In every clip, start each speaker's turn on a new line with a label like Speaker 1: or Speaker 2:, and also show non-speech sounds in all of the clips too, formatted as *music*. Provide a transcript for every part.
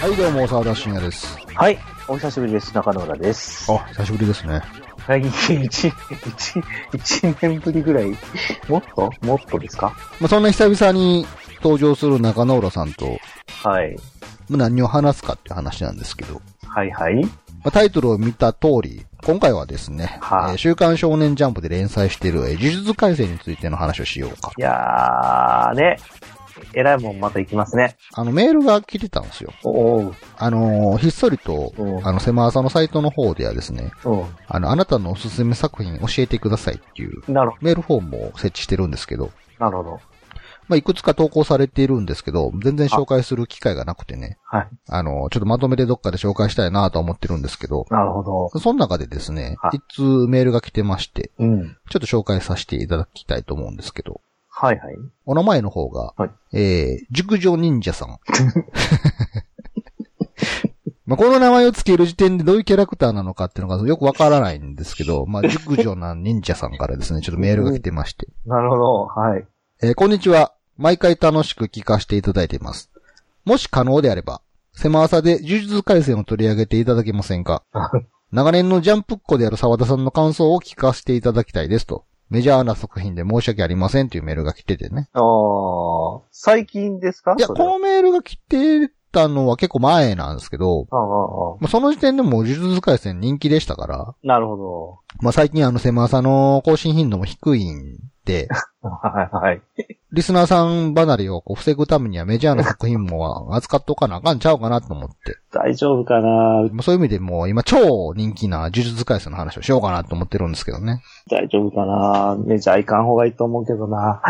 Speaker 1: はい、どうも、沢田信也です。
Speaker 2: はい、お久しぶりです。中野浦です。
Speaker 1: あ、久しぶりですね。
Speaker 2: 最近一、一、一年ぶりぐらい、もっともっとですか
Speaker 1: まあ、そんな久々に登場する中野浦さんと、
Speaker 2: はい。
Speaker 1: まあ、何を話すかって話なんですけど、ま
Speaker 2: はいはい。
Speaker 1: あ、タイトルを見た通り、今回はですね、
Speaker 2: はい
Speaker 1: えー週刊少年ジャンプで連載している、えー呪術改正についての話をしようか。
Speaker 2: いやー、ね。えらいもんまた行きますね。
Speaker 1: あの、メールが来てたんですよ。
Speaker 2: おおう
Speaker 1: あのーひっそりと
Speaker 2: う、ん
Speaker 1: あの、狭さのサイトの方ではですね、
Speaker 2: お
Speaker 1: あの、あなたのおすすめ作品教えてくださいっていう
Speaker 2: うなるほ
Speaker 1: メールフォームを設置してるんですけど、
Speaker 2: ど。なるほど。
Speaker 1: まあ、いくつか投稿されているんですけど、全然紹介する機会がなくてね。
Speaker 2: はい。
Speaker 1: あの、ちょっとまとめてどっかで紹介したいなとは思ってるんですけど、
Speaker 2: なるほど。
Speaker 1: その中でですね
Speaker 2: は、
Speaker 1: いつメールが来てまして、
Speaker 2: うん。
Speaker 1: ちょっと紹介させていただきたいと思うんですけど、
Speaker 2: はいはい。
Speaker 1: お名前の方が、
Speaker 2: はい
Speaker 1: えー、熟女忍者さん。 *laughs* まあこの名前を付ける時点でどういうキャラクターなのかっていうのがよくわからないんですけど、まあ、熟女な忍者さんからですね、ちょっとメールが来てまして。
Speaker 2: なるほど。はい。
Speaker 1: えーこんにちは。毎回楽しく聞かせていただいています。もし可能であれば、狭朝で呪術回戦を取り上げていただけませんか長年のジャンプっ子である沢田さんの感想を聞かせていただきたいですと。メジャーな作品で申し訳ありませんというメールが来ててね。
Speaker 2: あー、最近ですか
Speaker 1: いや、
Speaker 2: そ
Speaker 1: こ
Speaker 2: れは
Speaker 1: のメールが来てたのは結構前なんですけど、
Speaker 2: ああ、ああ。
Speaker 1: まあその時点でもう呪術回戦人気でしたから、
Speaker 2: なるほ
Speaker 1: まあ、最近あの狭朝の更新頻度も低いんで、
Speaker 2: ど。はいはい。
Speaker 1: リスナーさん離れをこう防ぐためにはメジャーな作品も扱っとかなあかんちゃうかなと思って。
Speaker 2: 大丈夫かな
Speaker 1: まあそういう意味でもう今超人気な呪術回戦の話をしようかなと思ってるんですけどね。
Speaker 2: 大丈夫かなメジャー行かん方がいいと思うけどな。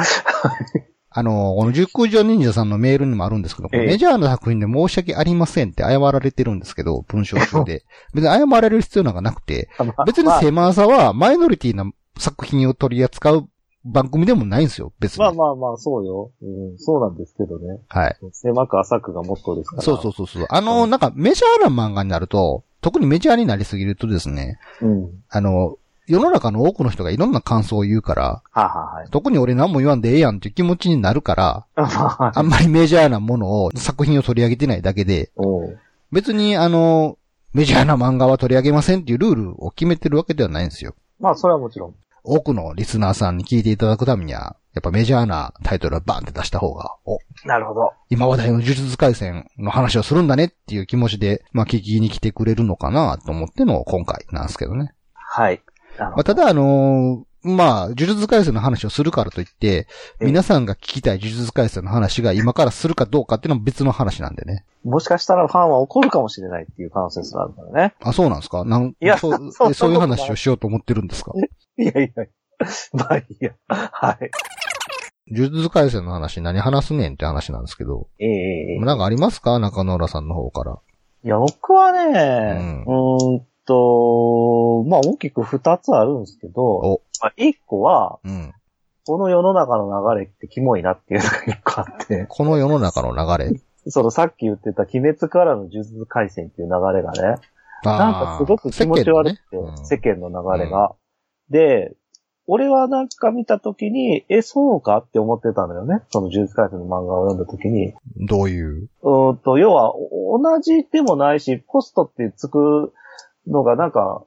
Speaker 1: あの、この熟女忍者さんのメールにもあるんですけど、
Speaker 2: ええ
Speaker 1: メジャーな作品で申し訳ありませんって謝られてるんですけど、文章中
Speaker 2: *laughs*
Speaker 1: で。別に謝られる必要なんかなくて、別に
Speaker 2: まあ
Speaker 1: 狭さはマイノリティな作品を取り扱う番組でもないんですよ、別に。
Speaker 2: *laughs* まあまあまあ、そうよ。うん、そうなんですけどね。
Speaker 1: はい。
Speaker 2: 狭く浅くがモットーですから。
Speaker 1: そうそうそうそう。あの、なんかメジャーな漫画になると、特にメジャーになりすぎるとですね、
Speaker 2: う。うん。
Speaker 1: あの、世の中の多くの人がいろんな感想を言うから、
Speaker 2: はあはあはい。 *laughs*
Speaker 1: 特に俺何も言わんでええやんっていう気持ちになるから、
Speaker 2: あは
Speaker 1: あんまりメジャーなものを、作品を取り上げてないだけで、
Speaker 2: おう
Speaker 1: 別にあの、メジャーな漫画は取り上げませんっていうルールを決めてるわけではないんですよ。
Speaker 2: まあ、それはもちろん。
Speaker 1: 多くのリスナーさんに聞いていただくためには、やっぱメジャーなタイトルはバンって出した方が、お、
Speaker 2: なるほど。
Speaker 1: 今話題の呪術回戦の話をするんだねっていう気持ちで、まあ聞きに来てくれるのかなと思っての今回なんですけどね。
Speaker 2: はい。
Speaker 1: ま
Speaker 2: なる
Speaker 1: あ
Speaker 2: ほど
Speaker 1: ただあのーまあ、呪術回戦の話をするからといって、
Speaker 2: ええ
Speaker 1: 皆さんが聞きたい呪術回戦の話が今からするかどうかっていうのは別の話なんでね。
Speaker 2: もしかしたらファンは怒るかもしれないっていう可能性すらあるからね。 *laughs*
Speaker 1: あ、そうなんですかなん
Speaker 2: いや
Speaker 1: そう
Speaker 2: *laughs* そんなこと
Speaker 1: えそういう
Speaker 2: ない
Speaker 1: 話をしようと思ってるんですか
Speaker 2: いやいやいや。 *laughs* まあいいや。はい。
Speaker 1: 呪術回戦の話何話すねんって話なんですけど、
Speaker 2: ええ
Speaker 1: なんかありますか中野浦さんの方から。
Speaker 2: いや、僕はね、
Speaker 1: う
Speaker 2: うーんと、まあ大きく二つあるんですけ
Speaker 1: お
Speaker 2: ど、まあ一個は、
Speaker 1: うん。
Speaker 2: この世の中の流れってキモいなっていうのが一個あって。
Speaker 1: この世の中の流れ。
Speaker 2: そのさっき言ってた鬼滅からの呪術回戦っていう流れがね、なんかすごく気持ち悪くて、
Speaker 1: 世
Speaker 2: 世
Speaker 1: 間のね
Speaker 2: 間,、
Speaker 1: うん
Speaker 2: の流れが、で、俺はなんか見た時に、え、そうかって思ってたのよね。その呪術回戦の漫画を読んだ時に。
Speaker 1: どういう。
Speaker 2: うーんと、要は、お同じでもないし、ポストってつくのがなんか、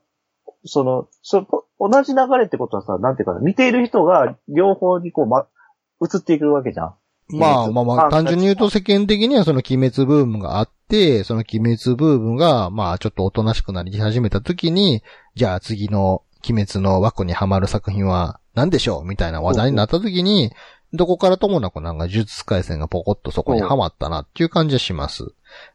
Speaker 2: その、そポ同じ流れってことはさ、なんていうかな、見ている人が両方にこう、ま、映っていくわけじゃん。
Speaker 1: まあまあまあ、単純に言うと世間的にはその鬼滅ブームがあって、その鬼滅ブームが、まあちょっとおとなしくなり始めた時に、じゃあ次の鬼滅の枠にはまる作品は何でしょうみたいな話題になった時に、どこからともなくなんか呪術回戦がポコッとそこにはまったなっていう感じはします。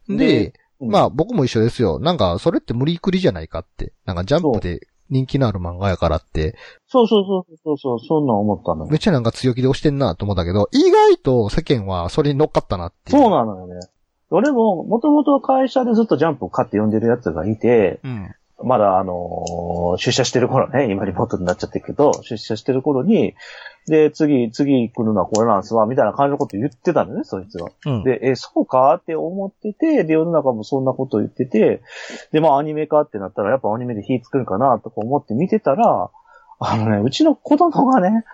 Speaker 2: うん
Speaker 1: で
Speaker 2: で、うん
Speaker 1: まあ僕も一緒ですよ。なんかそれって無理くりじゃないかって。なんかジャンプで人気のある漫画やからって、
Speaker 2: そうそうそうそうそう、そんなん思ったのよ
Speaker 1: めっちゃなんか強気で押してんなと思ったけど、意外と世間はそれに乗っかったなっていう。
Speaker 2: そうなのよね。俺も、もともと会社でずっとジャンプを買って読んでるやつがいて、
Speaker 1: うん。
Speaker 2: まだあのー出社してる頃ね、今リモートになっちゃってるけど、出社してる頃に、で、次、次来るのはこれなんすわ、みたいな感じのこと言ってたのね、そいつが。
Speaker 1: うん。
Speaker 2: で、え、そうかって思ってて、で、世の中もそんなこと言ってて、で、まあアニメ化ってなったら、やっぱアニメで火つくんかな、とか思って見てたら、あのね、うちの子供がね、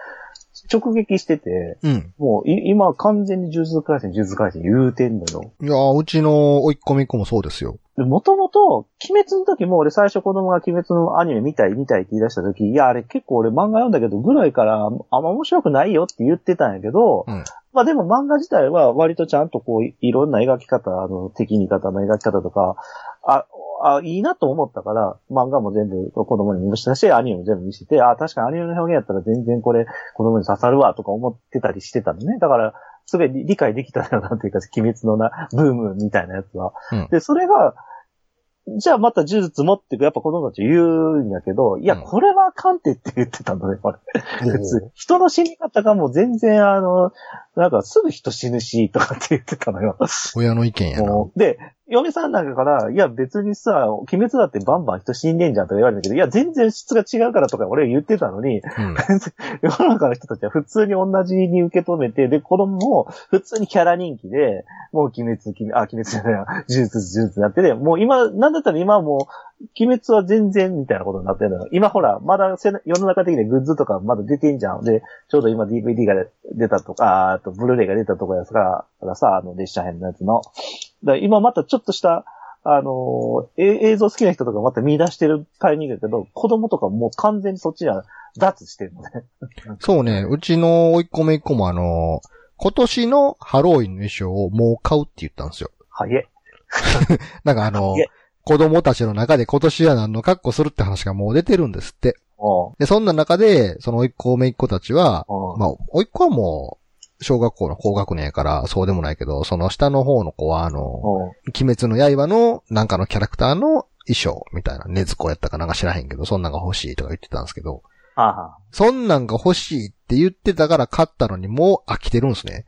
Speaker 2: 直撃してて、
Speaker 1: うん。
Speaker 2: もうい今完全に呪術回戦、呪術回戦言うてんのよ。
Speaker 1: いやーうちの追い込みっ子もそうです *laughs* よ。
Speaker 2: で、もともと、鬼滅の時も俺最初子供が鬼滅のアニメ見たい見たいって言い出した時、いや、あれ結構俺漫画読んだけどぐらいからあんま面白くないよって言ってたんやけど、
Speaker 1: うん
Speaker 2: まあでも漫画自体は割とちゃんとこういいろんな描き方、あの敵味方の描き方とか、あ、あ、いいなと思ったから、漫画も全部子供に見せたし、アニメも全部見せて、あ、確かにアニメの表現やったら全然これ子供に刺さるわとか思ってたりしてたのね。だから、すべて理解できたよなっていうか、鬼滅のな、ブームみたいなやつは。
Speaker 1: うん
Speaker 2: で、それが、じゃあまた呪術持ってく、やっぱ子供たち言うんやけど、いや、
Speaker 1: うん
Speaker 2: これは鑑定って言ってたんだね、これ。普
Speaker 1: おー
Speaker 2: 通人の死に方がもう全然あの、なんかすぐ人死ぬし、とかって言ってたのよ。
Speaker 1: 親の意見やな。
Speaker 2: もうで、嫁さんなんかから、いや別にさ、鬼滅だってバンバン人死んでんじゃんとか言われるんだけど、いや全然質が違うからとか俺言ってたのに、
Speaker 1: うん。
Speaker 2: 世の中の人たちは普通に同じに受け止めて、で、子供も普通にキャラ人気で、もう鬼滅、鬼あ、鬼滅じゃないわ、呪術、呪術になってて、もう今、なんだったら今はもう、鬼滅は全然みたいなことになってるのよ。今ほら、まだ世の世の中的にグッズとかまだ出てんじゃん。で、ちょうど今 DVD が出たとか、ああとブルーレイが出たとかやつが、がさ、あの、列車編のやつの。だから今またちょっとした、あのーえ映像好きな人とかまた見出してるタイミングだけど、子供とかもう完全にそっちには脱してるのね。
Speaker 1: そうね、うちの追い込みっ子もあのー今年のハロウィンの衣装をもう買うって言ったんですよ。
Speaker 2: はいえ。
Speaker 1: なんかあの
Speaker 2: い
Speaker 1: ー
Speaker 2: え
Speaker 1: 子供たちの中で今年は何の格好するって話がもう出てるんですって。
Speaker 2: うん。
Speaker 1: で、そんな中で、その追い込みっ子たちは、
Speaker 2: うん。
Speaker 1: まあ、甥っ子はもう、小学校の高学年やから、そうでもないけど、その下の方の子は、あの、
Speaker 2: うん。
Speaker 1: 鬼滅の刃の、なんかのキャラクターの衣装みたいな、ねずこやったかなんか知らへんけど、そんなんが欲しいとか言ってたんですけど、
Speaker 2: はあは
Speaker 1: そんなんが欲しいって言ってたから買ったのに、もう飽きてるんですね。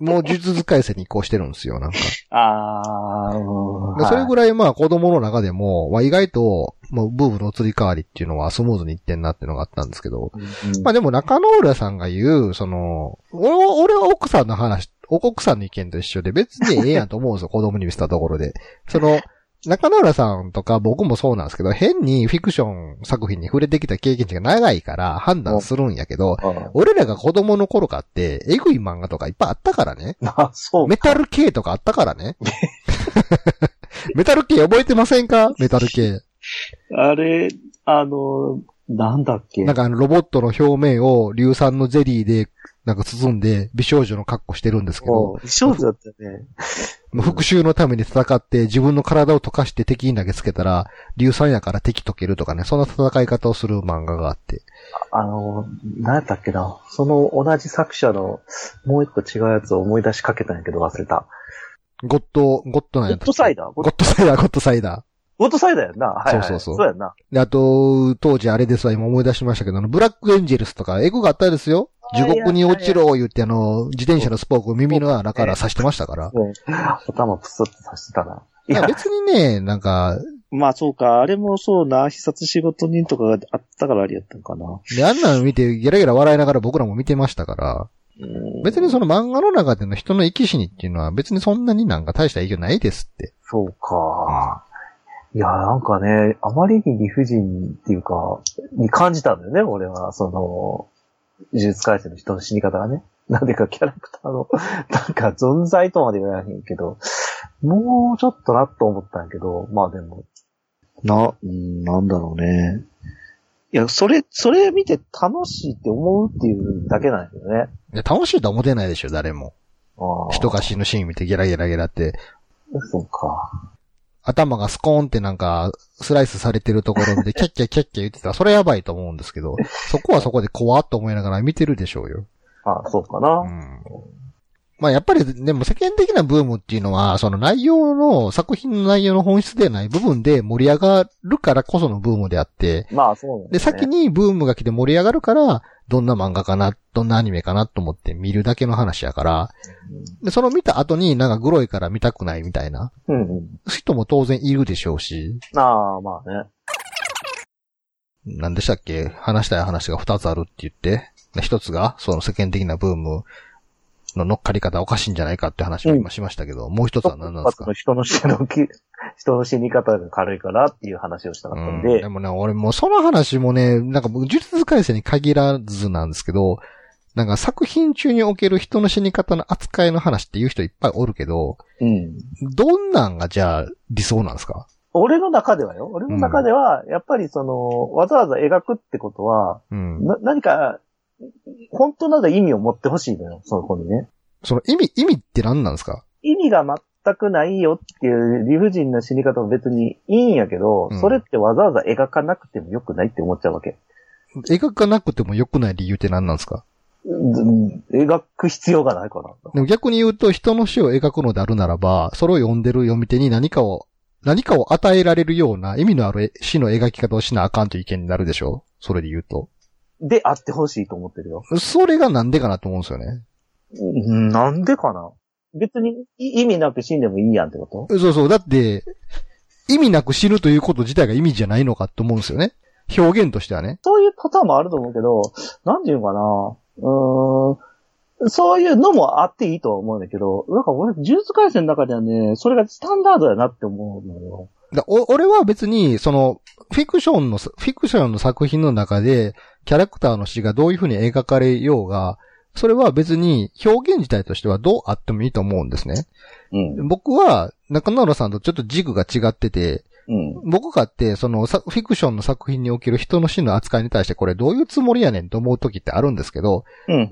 Speaker 1: もう呪術改正に移行してるんですよ、なんか。
Speaker 2: あ。ああ、うん。
Speaker 1: でそれ
Speaker 2: らい。
Speaker 1: ぐらいまあ子供の中でも、まあ意外と、まあブームの移り変わりっていうのはスムーズにいってんなっていうのがあったんですけど、
Speaker 2: うん
Speaker 1: まあでも中野浦さんが言う、その、俺は俺は奥さんの話、奥さんの意見と一緒で別にええやんと思
Speaker 2: *laughs*
Speaker 1: うんですよ、子供に見せたところで。その、中野浦さんとか僕もそうなんですけど、変にフィクション作品に触れてきた経験値が長いから判断するんやけど、
Speaker 2: うん
Speaker 1: 俺らが子供の頃かって、えぐい漫画とかいっぱいあったからね。
Speaker 2: まあ、そう。
Speaker 1: メタル系とかあったから
Speaker 2: *laughs*
Speaker 1: ね。 *laughs* メタル系覚えてませんかメタル系。
Speaker 2: あれ、あの、なんだっけ。
Speaker 1: なんかあの、ロボットの表面を硫酸のゼリーで、なんか包んで、美少女の格好してるんですけど、
Speaker 2: うん少女だったよね。
Speaker 1: もう復讐のために戦って、自分の体を溶かして敵に投げつけたら、硫酸やから敵溶けるとかね、そんな戦い方をする漫画があって。
Speaker 2: あの、なんやったっけな。その同じ作者のもう一個違うやつを思い出しかけたんやけど忘れた。
Speaker 1: ゴッド、ゴッド
Speaker 2: ゴ
Speaker 1: なんや
Speaker 2: ッ
Speaker 1: った
Speaker 2: ドサイ
Speaker 1: ダ
Speaker 2: ダー
Speaker 1: ゴ
Speaker 2: ゴ
Speaker 1: ッドサイダー、ゴッドサイダ
Speaker 2: ッドサイダーやんな。はいはい
Speaker 1: そうそうそう
Speaker 2: そうやんな。
Speaker 1: ー。で、あと、当時あれですわ、今思い出しましたけど、あの、ブラックエンジェルスとか、エゴがあったですよ。地獄に落ちろ、言ってあの、自転車のスポークを耳の穴から刺してましたから。
Speaker 2: うん頭プスッとさしてたな。い
Speaker 1: いや、
Speaker 2: や、
Speaker 1: 別にね、なんか、
Speaker 2: まあそうか。あれもそうな。必殺仕事人とかがあったからあれやったんかな。
Speaker 1: で、あんなの見て、ギャラギャラ笑いながら僕らも見てましたから、
Speaker 2: うん
Speaker 1: 別にその漫画の中での人の生き死にっていうのは別にそんなになんか大した影響ないですって。
Speaker 2: そうか。いや、なんかね、あまりに理不尽っていうか、に感じたんだよね、俺は。その、呪術改正の人の死に方がね。 *laughs* なんでかキャラクターの、 *laughs* なんか存在とまで言わないけど、もうちょっとなと思ったんやけど、まあでも。な、うん、なんだろうね。いや、それ、それ見て楽しいって思うっていうだけなんやけどね。
Speaker 1: いや楽しいとは思ってないでしょ、誰も。
Speaker 2: ああ
Speaker 1: 人が死ぬシーン見てギャラギャラギャラって、
Speaker 2: そうか。
Speaker 1: 頭がスコーンってなんか、スライスされてるとこ
Speaker 2: *laughs*
Speaker 1: ろで、キャッキャッキャッキャ言ってたら、それやばいと思うんですけど、そこはそこで怖っと思いながら見てるでしょうよ。
Speaker 2: あそうかな。
Speaker 1: うん。まあやっぱり、でも世間的なブームっていうのは、その内容の、作品の内容の本質ではない部分で盛り上がるからこそのブームであって、
Speaker 2: まあそうなん
Speaker 1: で、
Speaker 2: すね
Speaker 1: 先にブームが来て盛り上がるから、どんな漫画かな、どんなアニメかなと思って見るだけの話やから、で、その見た後になんかグロいから見たくないみたいな
Speaker 2: うんうん。
Speaker 1: 人も当然いるでしょうし、
Speaker 2: ああ、まあね。
Speaker 1: なんでしたっけ話したい話が二つあるって言って、で一つが、その世間的なブームの乗っかり方おかしいんじゃないかって話を今しましたけど、もう一つは何なんですか
Speaker 2: 人の死のき、 *laughs* 人の死に方が軽いからっていう話をしたかったん
Speaker 1: うん
Speaker 2: で
Speaker 1: で、もね、俺もうその話もね、なんか僕、呪術改正に限らずなんですけど、なんか作品中における人の死に方の扱いの話っていう人いっぱいおるけど、
Speaker 2: うん。
Speaker 1: どんなんがじゃあ理想なんですか
Speaker 2: 俺の中ではよ。俺の中では、やっぱりその、わざわざ描くってことは、
Speaker 1: うん。
Speaker 2: な何か、本当なら意味を持ってほしいのよ、その子にね。
Speaker 1: その意味、意味って何なんですか
Speaker 2: 意味が全くないよっていう理不尽な死に方も別にいいんやけど、
Speaker 1: うん
Speaker 2: それってわざわざ描かなくてもよくないって思っちゃうわけ。
Speaker 1: 描かなくても良くない理由って何なんですか
Speaker 2: うん描く必要がないから。
Speaker 1: でも逆に言うと人の死を描くのであるならば、それを読んでる読み手に何かを、何かを与えられるような意味のある死の描き方をしなあかんという意見になるでしょそれで言うと。
Speaker 2: で、あってほしいと思ってるよ。
Speaker 1: それがなんでかなと思うんですよね。
Speaker 2: うんなんでかな別に意味なく死んでもいいやんってこと
Speaker 1: そうそう。だって、意味なく死ぬということ自体が意味じゃないのかと思うんですよね。表現としてはね。
Speaker 2: そういうパターンもあると思うけど、なんていうのかなうーん、そういうのもあっていいとは思うんだけど、なんか俺、呪術回戦の中ではね、それがスタンダードやなって思うのよ。
Speaker 1: だお俺は別に、その、フィクションの、フィクションの作品の中で、キャラクターの死がどういう風に描かれようが、それは別に表現自体としてはどうあってもいいと思うんですね。
Speaker 2: うん。
Speaker 1: 僕は、中野さんとちょっと軸が違ってて、
Speaker 2: うん。
Speaker 1: 僕がって、その、さフィクションの作品における人の死の扱いに対してこれどういうつもりやねんと思う時ってあるんですけど、
Speaker 2: うん。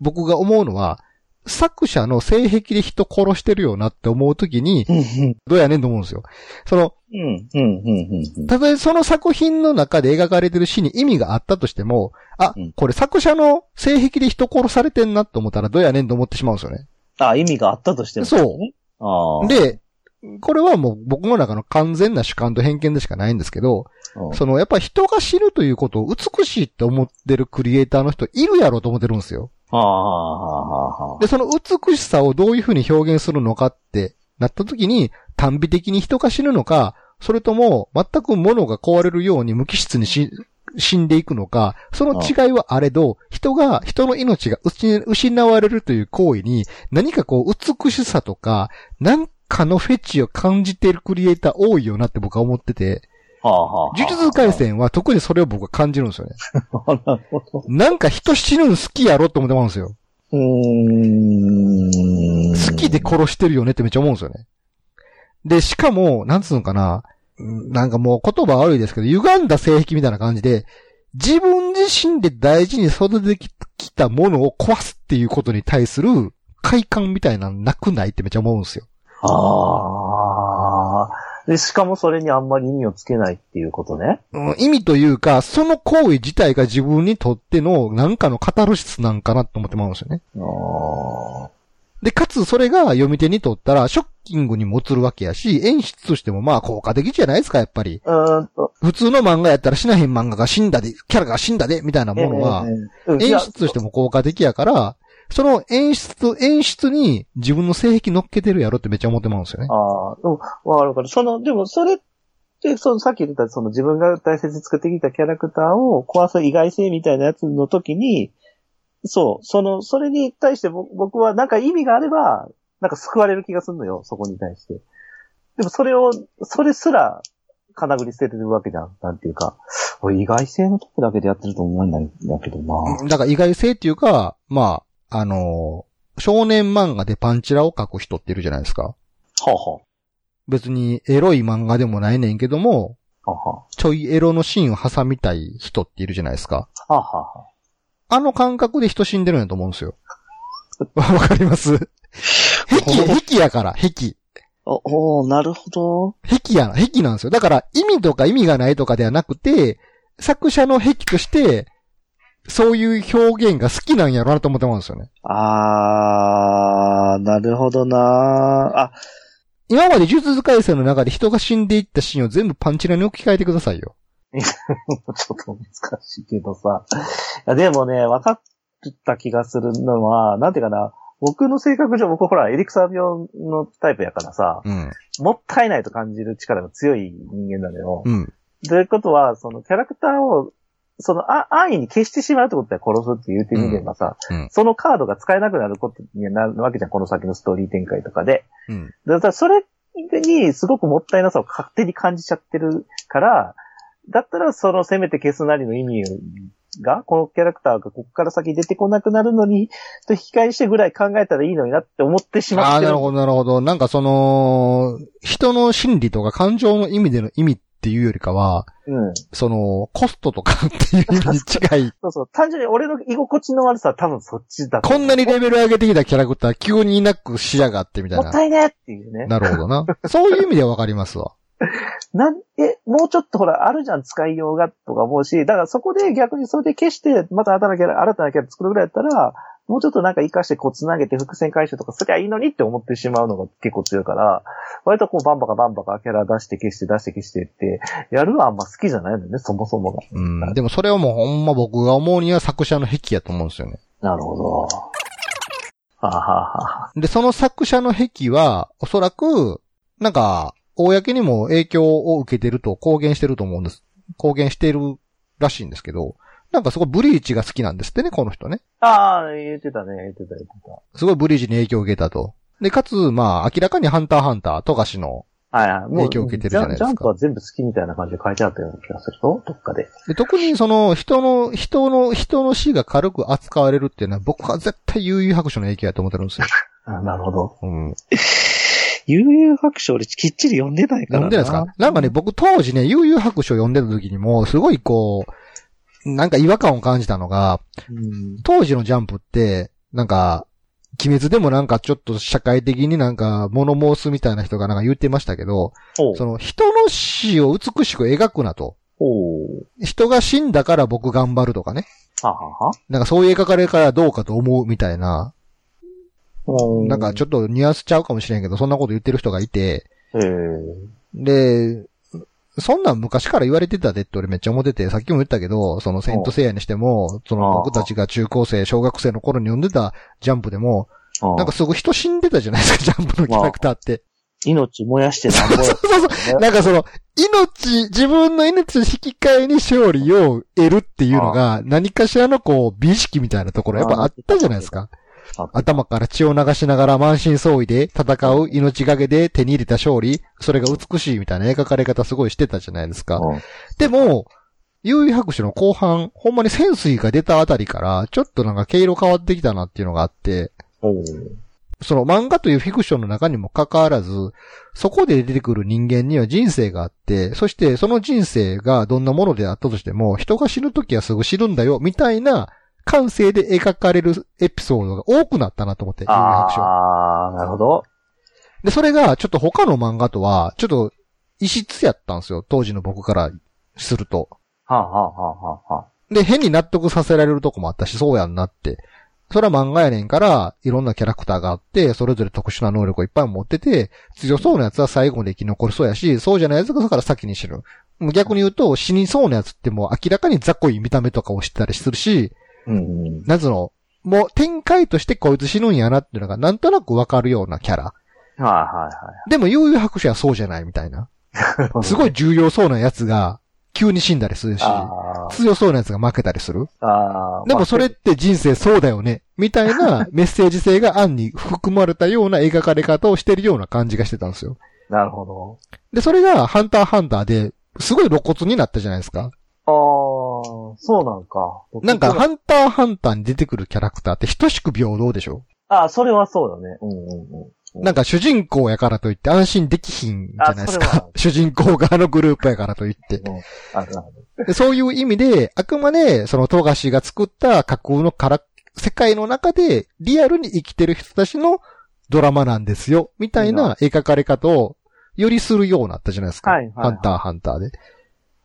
Speaker 1: 僕が思うのは、作者の性癖で人殺してるよなって思う時に、
Speaker 2: うん。うん。
Speaker 1: どうやねんと思うんですよ。その、
Speaker 2: うん。うん。うん。
Speaker 1: たとえその作品の中で描かれてる死に意味があったとしても、あ
Speaker 2: うん、
Speaker 1: これ作者の性癖で人殺されてんなと思ったらどうやねんと思ってしまうんですよね。
Speaker 2: あ、意味があったとしても、。
Speaker 1: そう
Speaker 2: ああ。、
Speaker 1: で、これはもう僕の中の完全な主観と偏見でしかないんですけど、
Speaker 2: うん
Speaker 1: そのやっぱ人が死ぬということを美しいって思ってるクリエイターの人いるやろと思ってるんですよ。
Speaker 2: はあ、はあ、はあ、はあ。
Speaker 1: で、その美しさをどういうふうに表現するのかってなった時に、単美的に人が死ぬのか、それとも全く物が壊れるように無機質にし死んでいくのか、その違いはあれど、人が、人の命が失失われるという行為に、何かこう美しさとか、なんかのフェチを感じているクリエイター多いよなって僕は思ってて、
Speaker 2: はあ、はあはあ。
Speaker 1: 呪術回戦は特にそれを僕は感じるんですよね。
Speaker 2: なるほど。
Speaker 1: なんか人死ぬの好きやろって思ってまうんですよ。
Speaker 2: *laughs* うーん。
Speaker 1: 好きで殺してるよねってめっちゃ思うんですよね。で、しかも、なんつうのかな、うんなんかもう言葉悪いですけど、歪んだ性癖みたいな感じで、自分自身で大事に育ててきたものを壊すっていうことに対する快感みたいなのなくないってめっちゃ思うんですよ。
Speaker 2: ああ。で、しかもそれにあんまり意味をつけないっていうことね。
Speaker 1: うん意味というか、その行為自体が自分にとってのなんかのカタルシスなんかなと思ってまうんですよね。
Speaker 2: ああ。
Speaker 1: で、かつそれが読み手にとったらショッキングにも映るわけやし、演出としてもまあ効果的じゃないですか、やっぱり。
Speaker 2: うーんと。
Speaker 1: 普通の漫画やったら死なへん漫画が死んだで、キャラが死んだで、みたいなものは、
Speaker 2: えーうんい
Speaker 1: 演
Speaker 2: や
Speaker 1: 出としても効果的やから、その演出、演出に自分の性癖乗っけてるやろってめっちゃ思ってまうんですよね。
Speaker 2: ああ、うんわかるわかる。その、でもそれって、そのさっき言ってた、その自分が大切に作ってきたキャラクターを壊す意外性みたいなやつの時に、そう、その、それに対して僕僕はなんか意味があれば、なんか救われる気がするのよ、そこに対して。でもそれを、それすら、かなぐり捨ててるわけじゃん。なんていうか。俺意外性のとこだけでやってると思うんだけどな。
Speaker 1: だから意外性っていうか、まあ、あのー少年漫画でパンチラを描く人っているじゃないですか。
Speaker 2: はは。
Speaker 1: 別にエロい漫画でもないねんけども、
Speaker 2: はは。
Speaker 1: ちょいエロのシーンを挟みたい人っているじゃないですか。
Speaker 2: はは。
Speaker 1: あの感覚で人死んでるんやと思うんですよ。わかります
Speaker 2: *laughs*
Speaker 1: 癖、癖やから、癖。
Speaker 2: お、おーなるほど。
Speaker 1: 癖やな、癖なんですよ。だから意味とか意味がないとかではなくて、作者の癖として、そういう表現が好きなんやろなと思ってまうんですよね。
Speaker 2: あー、なるほどなあ、 *laughs*
Speaker 1: 今まで呪術改正の中で人が死んでいったシーンを全部パンチラに置き換えてくださいよ。
Speaker 2: ちょっと難しいけどさ。いやでもね、分かった気がするのは、なんていうかな、僕の性格上、僕ほら、エリクサー病のタイプやからさ、
Speaker 1: うん。
Speaker 2: もったいないと感じる力が強い人間なのよ。
Speaker 1: うん。
Speaker 2: ということは、そのキャラクターを、そのあ安易に消してしまうってことは殺すって言ってみればさ、
Speaker 1: うんうん
Speaker 2: そのカードが使えなくなることになるわけじゃん、この先のストーリー展開とかで。
Speaker 1: うん。
Speaker 2: だからそれにすごくもったいなさを勝手に感じちゃってるから、だったらそのせめて消すなりの意味が、このキャラクターがこっから先出てこなくなるのに、と引き返してぐらい考えたらいいのになって思ってし
Speaker 1: あ
Speaker 2: ま
Speaker 1: あ
Speaker 2: っ
Speaker 1: ー、
Speaker 2: て
Speaker 1: な
Speaker 2: る
Speaker 1: る。ほど、なるほど。なんかその、人の心理とか感情の意味での意味っていうよりかは、
Speaker 2: うん。
Speaker 1: その、コストとかっていう意味に近い。
Speaker 2: そうそう。単純に俺の居心地の悪さは多分そっちだと
Speaker 1: こ
Speaker 2: 思うん
Speaker 1: なにレベル上げてきたキャラクター急にいなくしやがってみたい
Speaker 2: も
Speaker 1: な
Speaker 2: っ。たいねっていうね。
Speaker 1: なるほどな。 *laughs* そういう意味ではわかりますわ。
Speaker 2: なん、え、もうちょっとほら、あるじゃん、使いようが、とか思うし、だからそこで逆にそれで消して、また新たなキャラ、新たなキャラ作るぐらいだったら、もうちょっとなんか活かしてこう繋げて伏線回収とかすりゃいいのにって思ってしまうのが結構強いから、割とこうバンバカバンバカキャラ出して消して出して消してって、やるのはあんま好きじゃないのよね、そもそもが。
Speaker 1: うん。でもそれはもうほんま僕が思うには作者の癖やと思うんですよね。
Speaker 2: なるほど。あははは。
Speaker 1: で、その作者の癖は、おそらく、なんか、公にも影響を受けてると公言してると思うんです。公言してるらしいんですけど、なんかすごいブリーチが好きなんですってね、この人ね。
Speaker 2: ああ、言ってたね、言ってた、言ってた。
Speaker 1: すごいブリーチに影響を受けたと。で、かつ、まあ、明らかにハンターハンター、富樫の、
Speaker 2: はいはい。もう
Speaker 1: 影響受けてるじゃないですか
Speaker 2: ジャンジャンプは全部好きみたいな感じで書いてあったような気がすると、どっかで。
Speaker 1: で特にその、人の、人の、人の死が軽く扱われるっていうのは、僕は絶対悠々白書の影響やと思ってるんですよ。
Speaker 2: あなるほど。
Speaker 1: うん。
Speaker 2: 悠々白書俺きっちり読んでないか
Speaker 1: 読
Speaker 2: らな。
Speaker 1: んでないですかなんかね、僕当時ね、悠々白書読んでた時にも、すごいこう、なんか違和感を感じたのが、
Speaker 2: うん。
Speaker 1: 当時のジャンプって、なんか、鬼滅でもなんかちょっと社会的になんか物申すみたいな人がなんか言ってましたけど、
Speaker 2: ほう
Speaker 1: その人の死を美しく描くなと。
Speaker 2: ほう。
Speaker 1: 人が死んだから僕頑張るとかね。
Speaker 2: ははは
Speaker 1: なんかそういう描かれからどうかと思うみたいな。
Speaker 2: う
Speaker 1: なんかちょっとニュアンスちゃうかもしれんけど、そんなこと言ってる人がいて、
Speaker 2: えー
Speaker 1: で、そんなん昔から言われてたでって俺めっちゃ思ってて、さっきも言ったけど、そのセイントセイヤにしても、その僕たちが中高生、小学生の頃に読んでたジャンプでも、
Speaker 2: あ
Speaker 1: なんかすごい人死んでたじゃないですか、ジャンプのキャラクターって。
Speaker 2: 命燃やしてなんぼや
Speaker 1: *laughs* そうそうそう。なんかその、命、自分の命の引き換えに勝利を得るっていうのが、何かしらのこう、美意識みたいなところ、やっぱあったじゃないですか
Speaker 2: あっ。
Speaker 1: 頭から血を流しながら満身創痍で戦う命がけで手に入れた勝利、それが美しいみたいな描かれ方すごいしてたじゃないですか。
Speaker 2: うん
Speaker 1: でも、優位白書の後半、ほんまに潜水が出たあたりから、ちょっとなんか毛色変わってきたなっていうのがあって、
Speaker 2: ほう
Speaker 1: その漫画というフィクションの中にも関わらず、そこで出てくる人間には人生があって、そしてその人生がどんなものであったとしても、人が死ぬときはすぐ死ぬんだよ、みたいな感性で描かれるエピソードが多くなったなと思って、幽遊白書
Speaker 2: あー、なるほど。
Speaker 1: で、それがちょっと他の漫画とは、ちょっと異質やったんですよ、当時の僕からすると。
Speaker 2: はあ、はあはあはあは
Speaker 1: で、変に納得させられるとこもあったし、そうやんなって。それは漫画やねんから、いろんなキャラクターがあって、それぞれ特殊な能力をいっぱい持ってて、強そうなやつは最後まで生き残りそうやし、そうじゃないやつがだから先に死ぬ。もう逆に言うと、死にそうなやつってもう明らかに雑魚い見た目とかをしてたりするし、
Speaker 2: あ。うんうん。
Speaker 1: なんつうの、もう展開としてこいつ死ぬんやなっていうのがなんとなくわかるようなキャラ。
Speaker 2: はいはい
Speaker 1: でも、悠々白書はそうじゃないみたいな。
Speaker 2: はい。
Speaker 1: すごい重要そうなやつが、急に死んだりするし、
Speaker 2: あー
Speaker 1: 強そうなやつが負けたりする。
Speaker 2: あー。
Speaker 1: で
Speaker 2: ま
Speaker 1: も
Speaker 2: あ
Speaker 1: それって人生そうだよね。みたい
Speaker 2: *laughs*
Speaker 1: なメッセージ性が案に含まれたような描かれ方をしてるような感じがしてたんですよ。
Speaker 2: なるほ
Speaker 1: で、それがハンターハンターで、すごい露骨になったじゃないですか。
Speaker 2: ど。ああ、そうなんか。
Speaker 1: なんか、ハンターハンターに出てくるキャラクターって等しく平等でしょ
Speaker 2: ああ、それはそうだね。うんうんうん。
Speaker 1: なんか主人公やからといって安心できひんじゃないです
Speaker 2: あそれ
Speaker 1: か
Speaker 2: は。
Speaker 1: *laughs* 主人公側のグループやからといって。
Speaker 2: あなるほど。
Speaker 1: でそういう意味で、あくまで、その、富樫が作った架空のから、世界の中で、リアルに生きてる人たちのドラマなんですよ、みたいな描かれ方を、よりするようになったじゃないですか。
Speaker 2: はいはいはい
Speaker 1: ハンター、ハンターで。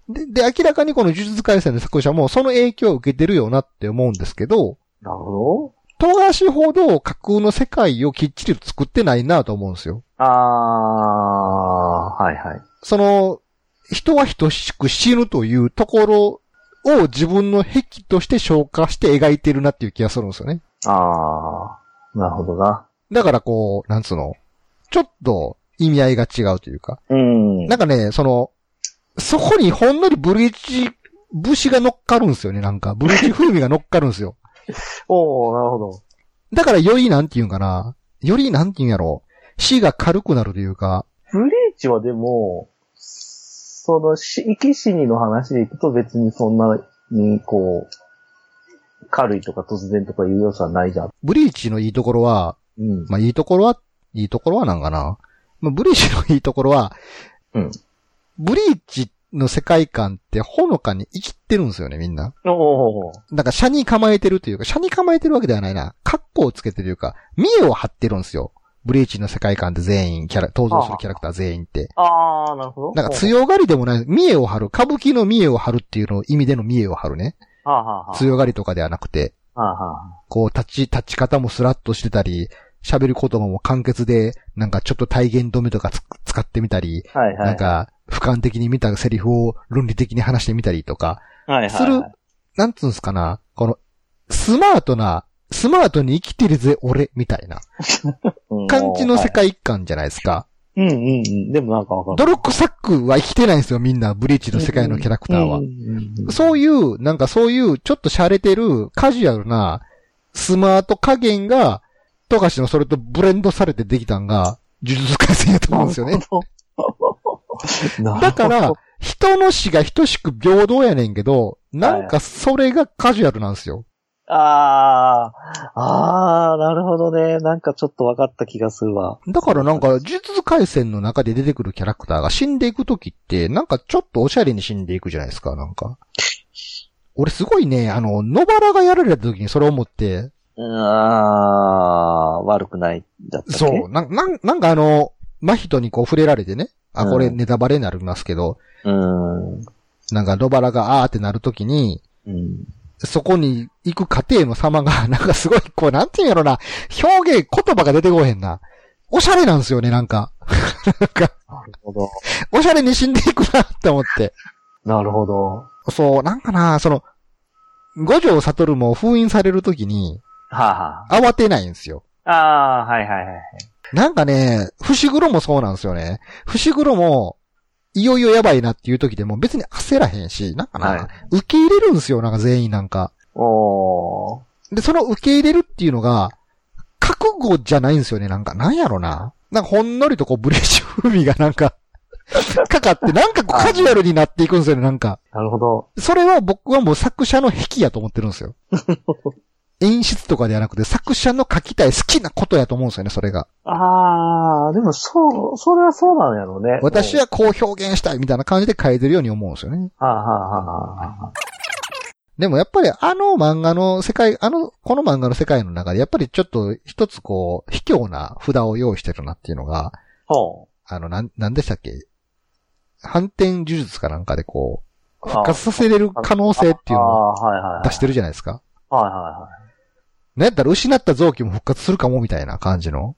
Speaker 1: で、で、明らかにこの呪術廻戦の作者も、その影響を受けてるよなって思うんですけど、
Speaker 2: なるほ
Speaker 1: 富樫ほど架空の世界をきっちりと作ってないなと思うんですよ。
Speaker 2: ど。ああ、はいはい。
Speaker 1: その、人は等しく死ぬというところを自分の癖として消化して描いてるなっていう気がするんですよね。
Speaker 2: ああ、なるほどな。
Speaker 1: だからこう、なんつうの、ちょっと意味合いが違うというか。
Speaker 2: うん
Speaker 1: なんかね、その、そこにほんのりブリーチ節が乗っかるんですよね、なんか。ブリーチ風味が乗っかるんです
Speaker 2: *laughs*
Speaker 1: よ。
Speaker 2: おおなるほど。
Speaker 1: だからよりなんていうんかな。よりなんていうんやろう。死が軽くなるというか。
Speaker 2: ブリーチはでも、その、し生き死にの話でいくと別にそんなに、こう、軽いとか突然とかいう要素はないじゃん。
Speaker 1: ブリーチのいいところは、
Speaker 2: うん。
Speaker 1: まあいいところは、いいところはなんかな。まあブリーチのいいところは、
Speaker 2: うん。
Speaker 1: ブリーチの世界観ってほのかに生きてるんですよね、みんな。
Speaker 2: おお
Speaker 1: なんか、車に構えてるというか、車に構えてるわけではないな。カッコをつけてるというか、見栄を張ってるんですよ。ブリーチの世界観って全員、キャラ、登場するキャラクター全員って。
Speaker 2: ああ、なるほど。
Speaker 1: なんか強がりでもない、見栄を張る、歌舞伎の見栄を張るっていうの意味での見栄を張るね。
Speaker 2: はあ、はあはあ、
Speaker 1: 強がりとかではなくて、
Speaker 2: はあは
Speaker 1: こう立ち、立ち方もスラッとしてたり、喋る言葉も簡潔で、なんかちょっと体言止めとかつ使ってみたり、
Speaker 2: あ。はいはい。
Speaker 1: なんか俯瞰的に見たセリフを論理的に話してみたりとか、
Speaker 2: はいはいはい、
Speaker 1: するなんつうんすかな、この、スマートな、スマートに生きてるぜ、俺、みたいな
Speaker 2: うん
Speaker 1: 感じの世。界観じゃないですか。
Speaker 2: はいうんうんうん。でもなんかわかる。
Speaker 1: 泥臭くは生きてないんですよ、みんな、ブリーチの世界のキャラクターは
Speaker 2: うん。うんうん
Speaker 1: そういう、なんかそういう、ちょっと洒落てる、カジュアルな、スマート加減が、富樫のそれとブレンドされてできたんが、呪術改正だと思うんです
Speaker 2: *laughs*
Speaker 1: よね。
Speaker 2: なる
Speaker 1: だ
Speaker 2: ほ
Speaker 1: か
Speaker 2: ど
Speaker 1: ら、人の死が等しく平等やねんけど、なんかそれがカジュアルなんですよ。
Speaker 2: ああ、ああ、なるほどね。なんかちょっと分かった気がするわ。
Speaker 1: だからなんか、呪術回戦の中で出てくるキャラクターが死んでいくときって、なんかちょっとおしゃれに死んでいくじゃないですか、なんか。俺すごいね、あの、野原がやられたときにそれを思って、
Speaker 2: うんああ、悪くないだったっけ
Speaker 1: そう、なん、なん、なんかあの、真人にこう触れられてね、あ、
Speaker 2: うん
Speaker 1: これネタバレになりますけど、
Speaker 2: う。うん。
Speaker 1: なんか野原があーってなるときに、
Speaker 2: うん。
Speaker 1: そこに行く過程の様が、なんかすごい、こう、なんていうんやろな、表現、言葉が出てこへんな。おしゃれなんですよね、なんか。
Speaker 2: なるほど。
Speaker 1: おしゃれに死んでいくなって思って。
Speaker 2: なるほど。
Speaker 1: そう、なんかな、その、五条悟も封印されるときに
Speaker 2: はあ、は
Speaker 1: 慌てないんですよ。
Speaker 2: あ。ああ、はいはいはい。
Speaker 1: なんかね、伏黒もそうなんですよね。伏黒も、いよいよやばいなっていう時でも別に焦らへんし、なんかな、
Speaker 2: はい
Speaker 1: 受け入れるんですよ、なんか全員なんか。
Speaker 2: おー。
Speaker 1: で、その受け入れるっていうのが、覚悟じゃないんですよね、なんか。なんやろな。なんかほんのりとこうブレーシュ風味がなんか、 *laughs* かかって、なんかこうカジュアルになっていくんですよね、なんか。
Speaker 2: なるほど。
Speaker 1: それは僕はもう作者の癖やと思ってるんです
Speaker 2: *laughs*
Speaker 1: よ。演出とかではなくて、作者の書きたい好きなことやと思うんですよね、それが。
Speaker 2: ああ、でもそう、それはそうなんやろうね。
Speaker 1: *laughs* 私はこう表現したいみたいな感じで書いてるように思うんですよね。
Speaker 2: はあ、はあはあはあ、
Speaker 1: でもやっぱりあの漫画の世界、あの、この漫画の世界の中で、やっぱりちょっと一つこう、卑怯な札を用意してるなっていうのが、
Speaker 2: ほ
Speaker 1: あの、なん、なんでしたっけ反転呪術かなんかでこう、
Speaker 2: あ
Speaker 1: 復活させれる可能性って
Speaker 2: う。
Speaker 1: いう
Speaker 2: あ
Speaker 1: のを
Speaker 2: あ、はいはいはい。
Speaker 1: 出してるじゃないですか。
Speaker 2: はいはいはい。
Speaker 1: なんやったら失った臓器も復活するかもみたいな感じの。
Speaker 2: はいは